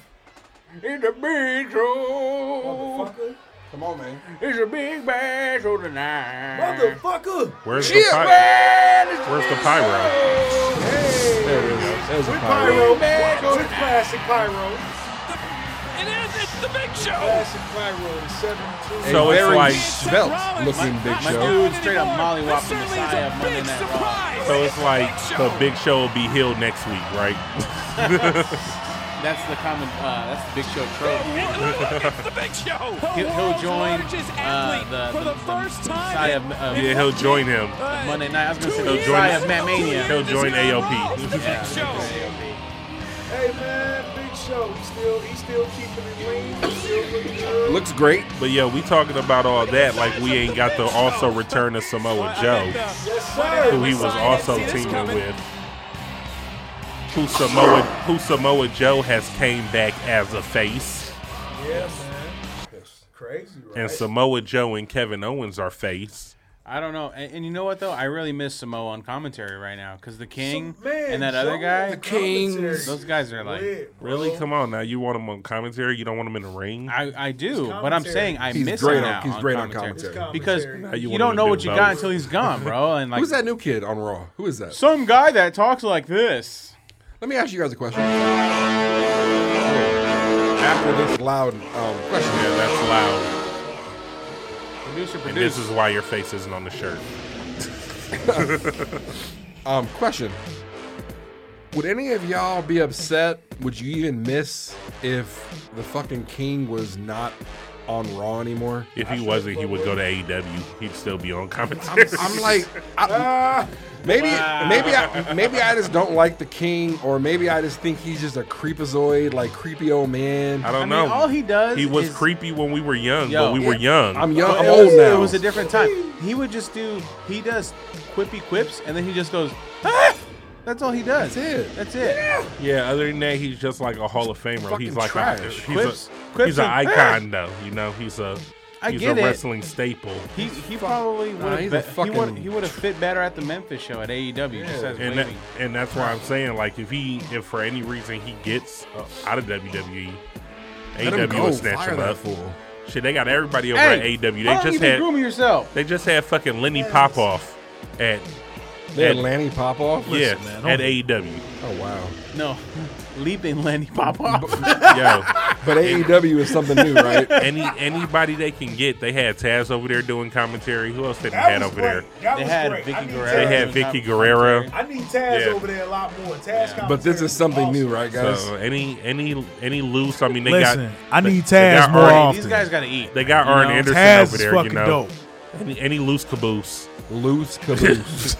It's a big show. Come on, man. It's a big bad show tonight. Motherfucker. Where's the Shit, pyro? man, Where's the pyro? There we go. There's a Pyro, pyro. man. Go to classic pyro. It is. It's the Big Show. Classic pyro. the 72. So a it's very like- svelte looking Big My Show. dude straight up mollywopped the Messiah of Monday Night Oh. Raw. So it's like the Big Show will be healed next week, right? That's the common. Uh, that's the Big Show Look, trope. it's the Big Show. He'll, The he'll world's join largest uh, athlete the, for the, the first time. Messiah in- of, of yeah, he'll join him. of Monday night. I was gonna say He'll the join. Messiah of Matt Mania. He'll join It's the AOP. Big Show. Hey, man. Big show. He's still, he's still keeping it lean. He's still looking good. Looks great, but yeah, we talking about all that like we ain't got the also return of Samoa Joe, Yes, who he was also teaming with. Who Samoa who Samoa Joe has came back as a face, Yes, man. Crazy, right? and Samoa Joe and Kevin Owens are face. I don't know. And, and you know what though? I really miss Samoa on commentary right now because the King Some- man, and that other Samoa guy, on commentary. Those guys are like. Lit, bro. Really? Come on now, you want him on commentary? You don't want him in the ring? I, I do, His but I'm commentary. saying I He's miss great him on- now he's great on commentary. commentary. because Now you want him you, don't to know do what you both. got until he's gone, bro. And like Who's that new kid on Raw? Who is that? some guy that talks like this. Let me ask you guys a question. After this loud um, question, Yeah, that's loud. Producer, And this producer. is why your face isn't on the shirt. um, question: Would any of y'all be upset? Would you even miss if the fucking King was not on Raw anymore? If he wasn't, he would go to AEW. He'd still be on commentary. I'm, I'm like, I- maybe, maybe, I, maybe I just don't like the King, or maybe I just think he's just a creepazoid, like creepy old man. I I don't mean, know. all he does. He was is, creepy when we were young, Yo. but we were young. I'm young. But I'm it old was, now. It was a different time. He would just do. He does quippy quips, and then he just goes. Ah! That's all he does. That's it. That's it. yeah, other than that, he's just like a Hall of Famer. Fucking He's like trash. a he's, Quips- a, quips he's an and- icon, though. You know, he's a I he's get a it. wrestling staple. He he probably Nah, would he's have a he fucking- would he would have fit better at the Memphis show at AEW. Just as and that, wavy. and that's why I'm saying, like, if he if for any reason he gets uh, out of WWE, Let AEW him go. would E snatch Fire him that up. fool. Shit, they got everybody over Hey, at AEW. E They how long you just been had grooming yourself. they just had fucking Lenny Popoff at They had at- Lanny pop off. yeah man, don't- at E AEW. Oh wow. No, leaping Lenny Popoff. Yo, But AEW is something new, right? any anybody they can get. They had Taz over there doing commentary. Who else did they That had was over great. there? That They was had great. I Vicky need Guerrero. They had Taz. doing Vicky commentary. Guerrero. I need Taz Yeah. over there a lot more. Taz commentary But this is was something awesome. new, right, guys? So any any any loose. I mean, they Listen, got. I they- need they Taz got more Arn- often. These guys gotta eat. They got You Arn know? Anderson Taz over is there. fucking you know, dope. any, any loose caboose. Loose caboose.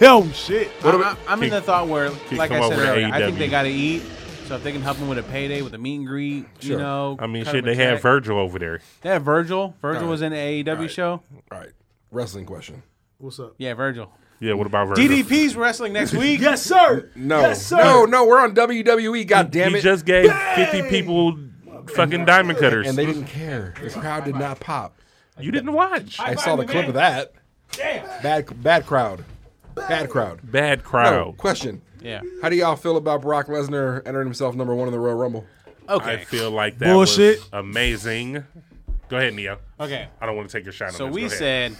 Yo, shit. I, I, am in Kick- the thought where, kick like him I said over E to earlier, I think AEW. they gotta eat. So if they can help him with a payday, with a meet and greet, you Sure. know. I mean, cut shit. him a They had check. Virgil over there. They had Virgil. Virgil Alright. was in the AEW Alright. show. All right, wrestling question. What's up? Yeah, Virgil. Yeah. What about Virgil? DDP's wrestling next week. Yes, sir. No, Yes, sir. no, no. We're on WWE. God damn He it! just gave 50 people fucking diamond cutters. and they didn't care. The crowd did not pop. you didn't watch. I saw the clip of that. Damn. Bad, bad crowd. Bad crowd. Bad No, crowd. question. Yeah. How do y'all feel about Brock Lesnar entering himself number one in the Royal Rumble? Okay. I feel like that Bullshit. was amazing. Go ahead, Neo. okay. I don't want to take your shine. So on this. we Go ahead. said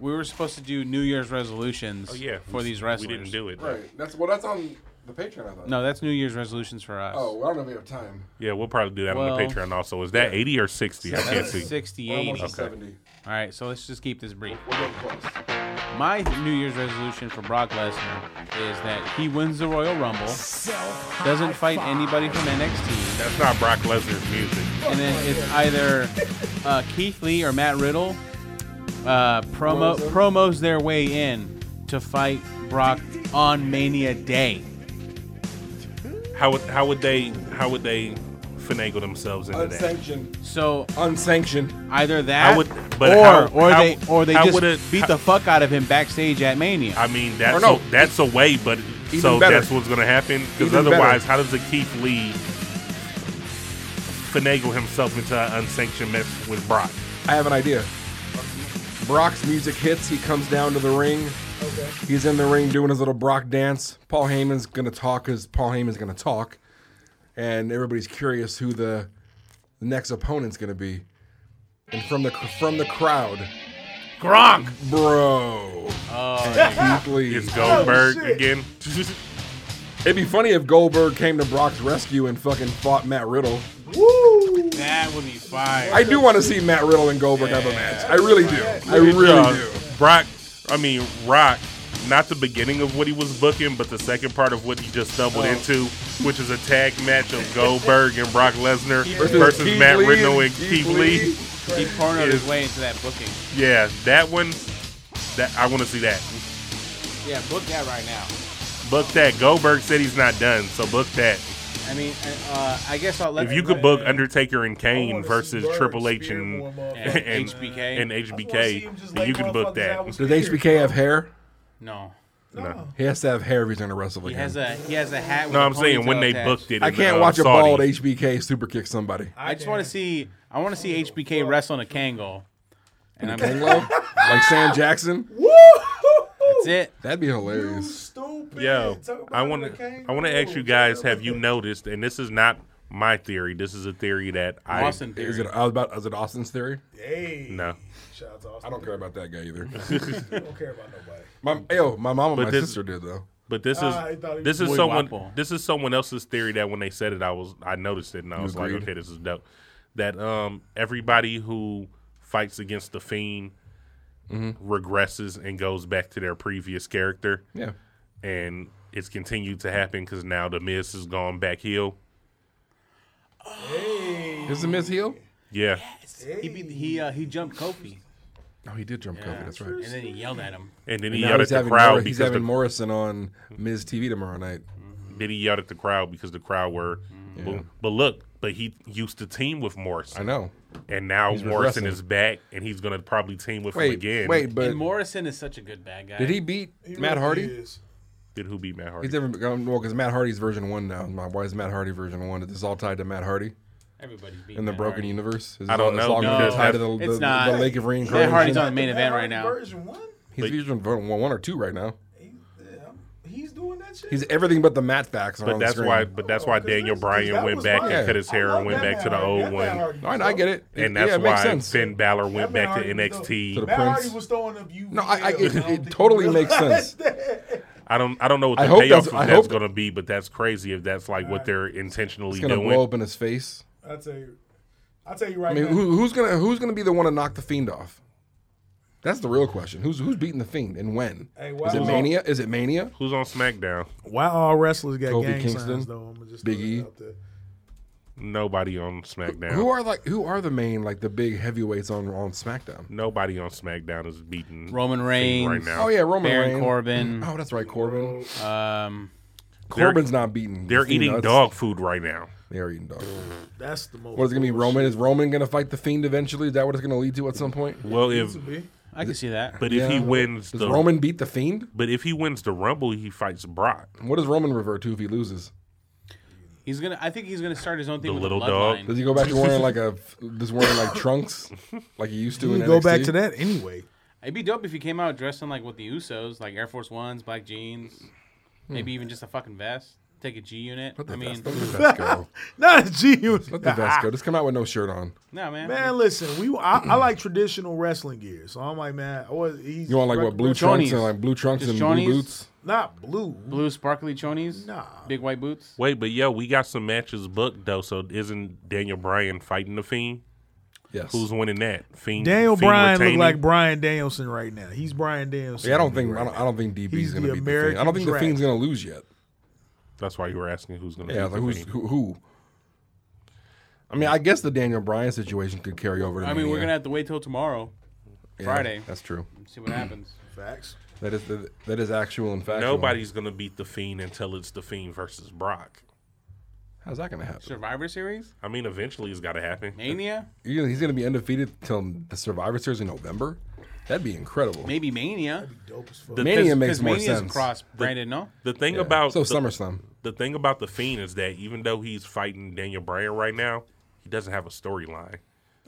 we were supposed to do New Year's resolutions Oh, yeah, for we- these wrestlers. We didn't do it. That's well. That's on the Patreon. I thought. Oh, No, that's New Year's resolutions for us. Oh. I don't know if we have time. Yeah, we'll probably do that on the Well- Patreon also. Is that 80 or 60? I can't that's see. 60, 80. seventy. All right, so let's just keep this brief. We're getting close. My New Year's resolution for Brock Lesnar is that he wins the Royal Rumble, doesn't fight anybody from NXT. That's not Brock Lesnar's music. And then it's either uh, Keith Lee or Matt Riddle uh, promo Promos. promos their way in to fight Brock on Mania Day. How would how would they how would they finagle themselves into Uh, Unsanctioned. So unsanctioned. Either that, would- but or how- or how- they or they how just would it- beat how- the fuck out of him backstage at Mania. I mean, that? That's Or no. a, that's a way, but Even so better. that's what's going to happen. Because Even otherwise, better. how does a Keith Lee finagle himself into an unsanctioned mess with Brock? I have an idea. Brock's music hits. He comes down to the ring. Okay. He's in the ring doing his little Brock dance. Paul Heyman's gonna talk because Paul Heyman's gonna talk, and everybody's curious who the next opponent's gonna be. And from the from the crowd, Gronk, bro. yeah. It's Goldberg Oh, shit. again. It'd be funny if Goldberg came to Brock's rescue and fucking fought Matt Riddle. Woo! That would be fire. I do want to see Matt Riddle and Goldberg have a match. I really do. I really Uh, do. Brock, I mean Rock, not the beginning of what he was booking, but the second part of what he just stumbled Oh. into, which is a tag match of Goldberg and Brock Lesnar Keith versus, Lee. Keith Matt Lee Riddle and and Keith Keith Lee. Lee. He cornered his Is- way into that booking. Yeah, that one. That I want to see that. Yeah, book that right now. Book that. Goldberg said he's not done, so book that. I mean, uh, I guess I'll let If you could book Undertaker and Kane versus Triple H and, Yeah, and HBK. and HBK, then you can book that. Does HBK have hair? No. No. He has to have hair if he's gonna wrestle He again. has a he has a hat. With No, a I'm saying when ponytail they attached. booked it. I in, can't uh, watch a Saudi. bald HBK super kick somebody. I just want to see. I want to see HBK wrestle in a Kangol. And I'm Kangol? like Sam Jackson. That's it. That'd be hilarious. Yo, I want to I want to ask you guys: Have you noticed? And this is not my theory. This is a theory that I Is it, I was about, is it Austin's theory? Hey. No. Shout out to I Austin. don't care about that guy either. Don't care about nobody. My, ew, my mom and But my this- sister did though. But this is Ah, I thought he this was is Boy someone Wapo. this is someone else's theory that when they said it, I was I noticed it and I You was like, agreed? okay, this is dope. That um everybody who fights against the fiend Mhm. regresses and goes back to their previous character. Yeah. and it's continued to happen because now the Miz has gone back heel. Is the Miz heel? Yeah, He beat, he uh, he jumped Kofi. Oh, he did jump Kofi. That's right. And then he yelled at him. and then And he now yelled at he's the having crowd Mor- because he's the- having Morrison on Miz TV tomorrow night. Then he yelled at the crowd because the crowd were. Mm-hmm. Yeah. But, but look, but he used to team with Morrison. I know. And now He's Morrison regressing. is back, and he's going to probably team with him Wait, again. wait, but- and Morrison is such a good bad guy. Did he beat Matt Hardy? Did who beat Matt Hardy? He's never gone well because Matt Hardy's version one now. My why is Matt Hardy version one? Is this all tied to Matt Hardy? Everybody's beating in the Matt broken Hardy. universe. Is I it don't all- it's know, all no. gonna be tied to That's- the, it's the, not. the Lake of Reincarnation. Matt Hardy's on the main event right now. Version one. He's usually one, one or two right now. He's doing that shit. He's everything but the Matt facts. are But on the that's screen. why. But that's why Daniel Bryan went back and mine. cut his hair and went back to the old one. No, I, I get it, And It- yeah, that's it makes why sense. Finn Balor went Matt back to Hardy was NXT. To the Matt Hardy Prince. was throwing up you. No, I, I, videos. it, don't it think totally you makes realize sense. that. I don't. I don't know what I the hope payoff that's- of I that's hope- going to be, but that's crazy if that's like what they're intentionally It's gonna doing. blow up in his face. I tell you, I tell you right I mean, now. who, who's gonna who's gonna be the one to knock the fiend off? That's the real question. Who's who's beating the fiend and when? Hey, why- is it Who's on- Mania? Is it Mania? Who's on SmackDown? Why all wrestlers got Kobe gang Kingston, signs though? I'ma just throw Big E. that out there. Nobody on SmackDown. Who are like who are the main like the big heavyweights on on SmackDown? Nobody on SmackDown is beating Roman Fiend Reigns. right now. Oh yeah, Roman Baron Reigns. Corbin. Oh, that's right, Corbin. Um, Corbin's not beating. They're Fiend, eating though. That's- dog food right now. They're eating dog. That's the most. What is it gonna be? Oh, Roman is Roman gonna fight the fiend eventually? Is that what it's gonna lead to at some point? Well, if I can see that. but if he Yeah. wins Does the Roman beat the fiend? but if he wins the Rumble, he fights Brock. What does Roman revert to if he loses? He's gonna. I think he's gonna start his own thing. The with little the dog. bloodline. Does he go back to wearing like a just wearing like trunks like he used to? You in go NXT? back to that anyway. It'd be dope if he came out dressed in like with the Usos, like Air Force Ones, black jeans, maybe even just a fucking vest. Take a G unit. I mean, Let Hmm. the vest go. Not a genius. Let the vest go. Just come out with no shirt on. no man. Ah, Man, listen, we I, I like traditional wrestling gear, so I'm like, man, I was, he's You want like what blue recommend- trunks Chonies. and like blue trunks Just and chonies. blue boots? Not blue. Blue sparkly chonies. Nah. Big white boots. Wait, but yo, we got some matches booked though. So isn't Daniel Bryan fighting the Fiend? Yes. Who's winning that? Fiend. Daniel Fiend Bryan look retaining? like Brian Danielson right now. He's Brian Danielson. Yeah, I don't think I don't, I don't think DB He's is going to the beat the Fiend. I American don't think the dragon. Fiend's going to lose yet. That's why you were asking who's going to. Yeah, like who's who, who? I mean, I guess the Daniel Bryan situation could carry over. To I mean, we're Mania. gonna have to wait till tomorrow, Yeah, Friday. That's true. See what happens. Facts. That is that is actual and factual. Nobody's going to beat the Fiend until it's the Fiend versus Brock. How's that going to happen? Survivor Series, I mean, eventually it's got to happen. Mania, You know, he's going to be undefeated till the Survivor Series in November. That'd be incredible. maybe Mania Mania. 'cause- makes 'cause more Mania's sense. Cross The- branded, no. The thing Yeah. about So the, SummerSlam. The thing about the Fiend is that even though he's fighting Daniel Bryan right now, he doesn't have a storyline.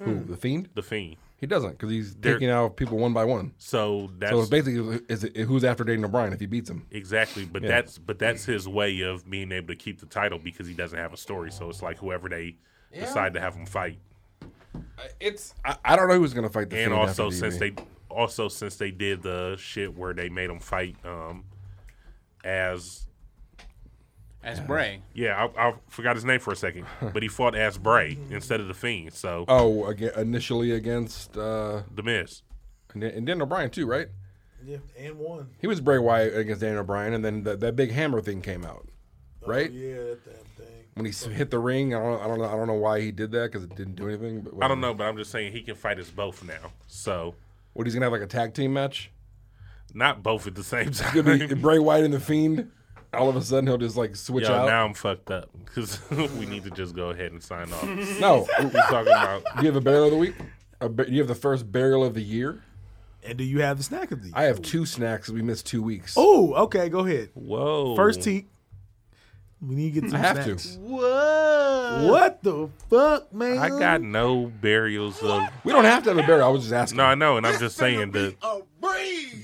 Who the Fiend? The Fiend. He doesn't because he's Hmm. They're- taking out people one by one. So that's so it's basically is it, who's after Daniel Bryan if he beats him. Exactly, but Yeah. that's but that's his way of being able to keep the title because he doesn't have a story. So it's like whoever they Yeah. decide to have him fight, It's I, I don't know who's going to fight the and Fiend. after also DB. since they also since they did the shit where they made him fight um as As Bray. yeah I, I forgot his name for a second, but he fought as Bray instead of the Fiend. So oh again, initially against uh, the Miz and, then- and Daniel Bryan too, right? Yeah, and one. He was Bray Wyatt against Daniel Bryan, and then that that big hammer thing came out, right? Yeah, that damn thing. When he s- hit the ring, I don't, I don't know, I don't know why he did that because it didn't do anything. But I don't know, but I'm just saying he can fight us both now. So What he's gonna have like a tag team match? not both at the same It's time. gonna be Bray Wyatt and the Fiend. All of a sudden, he'll just like switch Yo, out. now I'm fucked up because we need to just go ahead and sign off. No. we're talking about Do you have a burial of the week? A, ba- you have the first burial of the year. And do you have the snack of the? I have two snacks. We missed two weeks. Oh, okay, go ahead. Whoa. First teak. We need to get some I have snacks. to. What? What the fuck, man? I got no burials of. We don't have to have a burial. I was just asking. No, I know, and I'm just saying the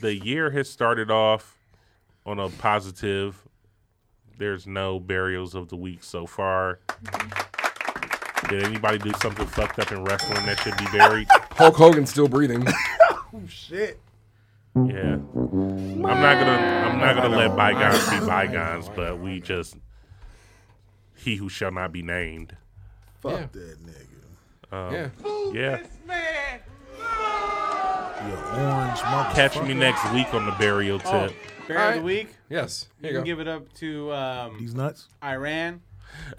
the year has started off on a positive. There's no burials of the week so far. Did anybody do something fucked up in wrestling that should be buried? Hulk Hogan's still breathing. Oh shit. Yeah. I'm not gonna I'm not gonna let bygones be bygones, but we just he who shall not be named. Fuck that nigga. Um, Yeah. Yeah. You orange motherfucker. Catch me next week on the burial Oh, tip. Bear of the week. Yes. You, can give it up to um, These nuts. Iran, or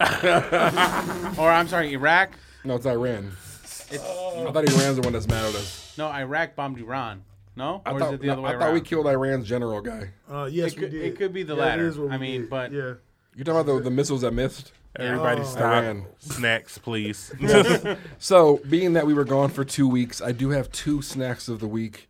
I'm sorry, Iraq. No, it's Iran. It's, I thought Iran's the one that's mad at us. No, Iraq bombed Iran. No, I or thought, is it the no, other way I thought around? we killed Iran's general guy. Uh, yes, it, we could, did. it could be the Yeah, it latter. is what I we mean, did. but yeah. You talking about the, the missiles that missed? Everybody Oh. stop. Iran. Snacks, please. so, being that we were gone for two weeks, I do have two snacks of the week.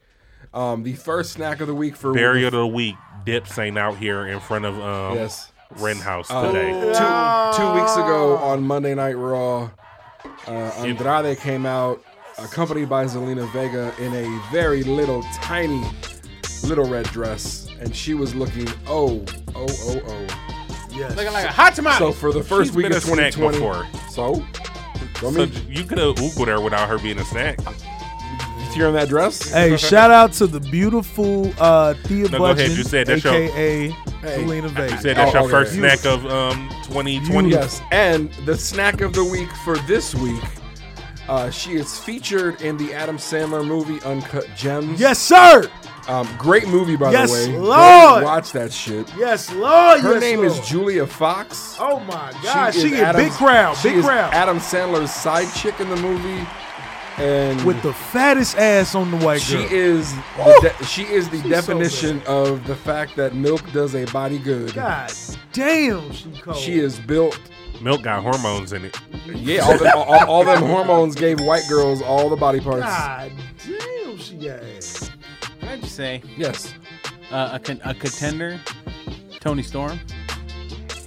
Um, the first snack of the week for burial of the week. Dips ain't out here in front of um Yes. Ren House Uh, today. Two, two weeks ago on Monday Night Raw, uh, Andrade came out accompanied by Zelina Vega in a very little, tiny, little red dress, and she was looking oh, oh, oh, oh. Yes. looking like a hot tomato. So for the first She's week been of a snack 2020, before. so, I So mean, j- you could have oogled her without her being a snack. you're in that dress. Hey, shout out to the beautiful uh, Thea No, go Budgeon, ahead. You said that's your- aka Hey. Selena Vega. You said that's Oh, your okay. first You- snack of um 2020. Yes, and the snack of the week for this week, uh, she is featured in the Adam Sandler movie Uncut Gems. Yes, sir. Um, great movie, by Yes, the way. Go Lord. watch that shit. Yes, Lord. Her yes, name Lord. is Julia Fox. Oh my God, she, is get big Adam's- crowd, she big is crowd, Adam Sandler's side chick in the movie, and with the fattest ass on the white she girl. is Woo! the de- she is the She's so definition of the fact that milk does a body good. God damn, she cold. She is built. Milk got hormones in it. Yeah, all them, all, all them hormones gave white girls all the body parts. God damn, she got ass. What did you say? Yes. Uh, a, con- a contender, Tony Storm.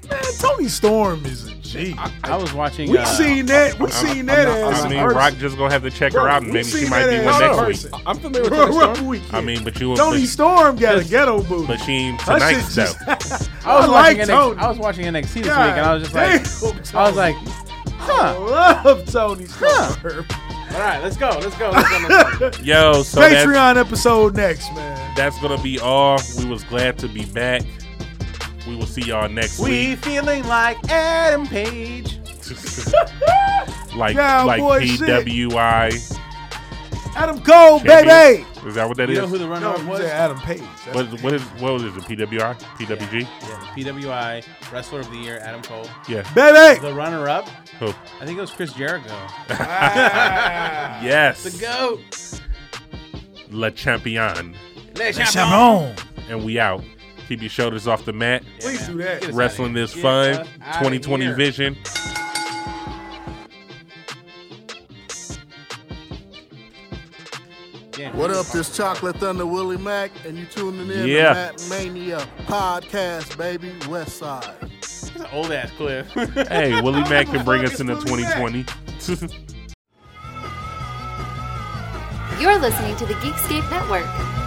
Man, Tony Storm is a G. I was watching. We uh, seen that. We I'm- seen I'm that not- ass. I in mean, person. Rock just gonna have to check her out, and we maybe she seen might that be ass one in next person. week. I'm familiar with Bro, Tony Oh. what Storm. we I get? mean, but you Tony but, Storm got a ghetto booty. but she ain't That shit tonight though. just- I was I watching like NXT, Tony. I was watching NXT this God week, and I was just like, damn, I was like, Tony. I huh. love Tony Storm. All right, let's go, let's go, let's go. Let's go. Yo, so that's, Patreon episode next, man. that's gonna be all. We was glad to be back. We will see y'all next we week. feeling like Adam Page. like Cowboy like shit. PWI. Adam Cole, baby. Is that what that You is? know who the runner up No, was? you said Adam Page. That's- What is, what is what was it? The PWI, PWG? PWI Wrestler of the Year, Adam Cole. Yeah. Baby! The runner up. Who? I think it was Chris Jericho. Yes. The GOAT. Le Champion. Le Champion. And we out. Keep your shoulders off the mat. Please do that. Get us Wrestling outta is here. fun. Get us outta 2020 here. vision. What up? This Chocolate Thunder Willie Mack, and you tuning in Yeah. to Matt Mania Podcast, baby, West Side. That's an old ass clip. hey, Willie Mack can bring us into 2020. You're listening to the Geekscape Network.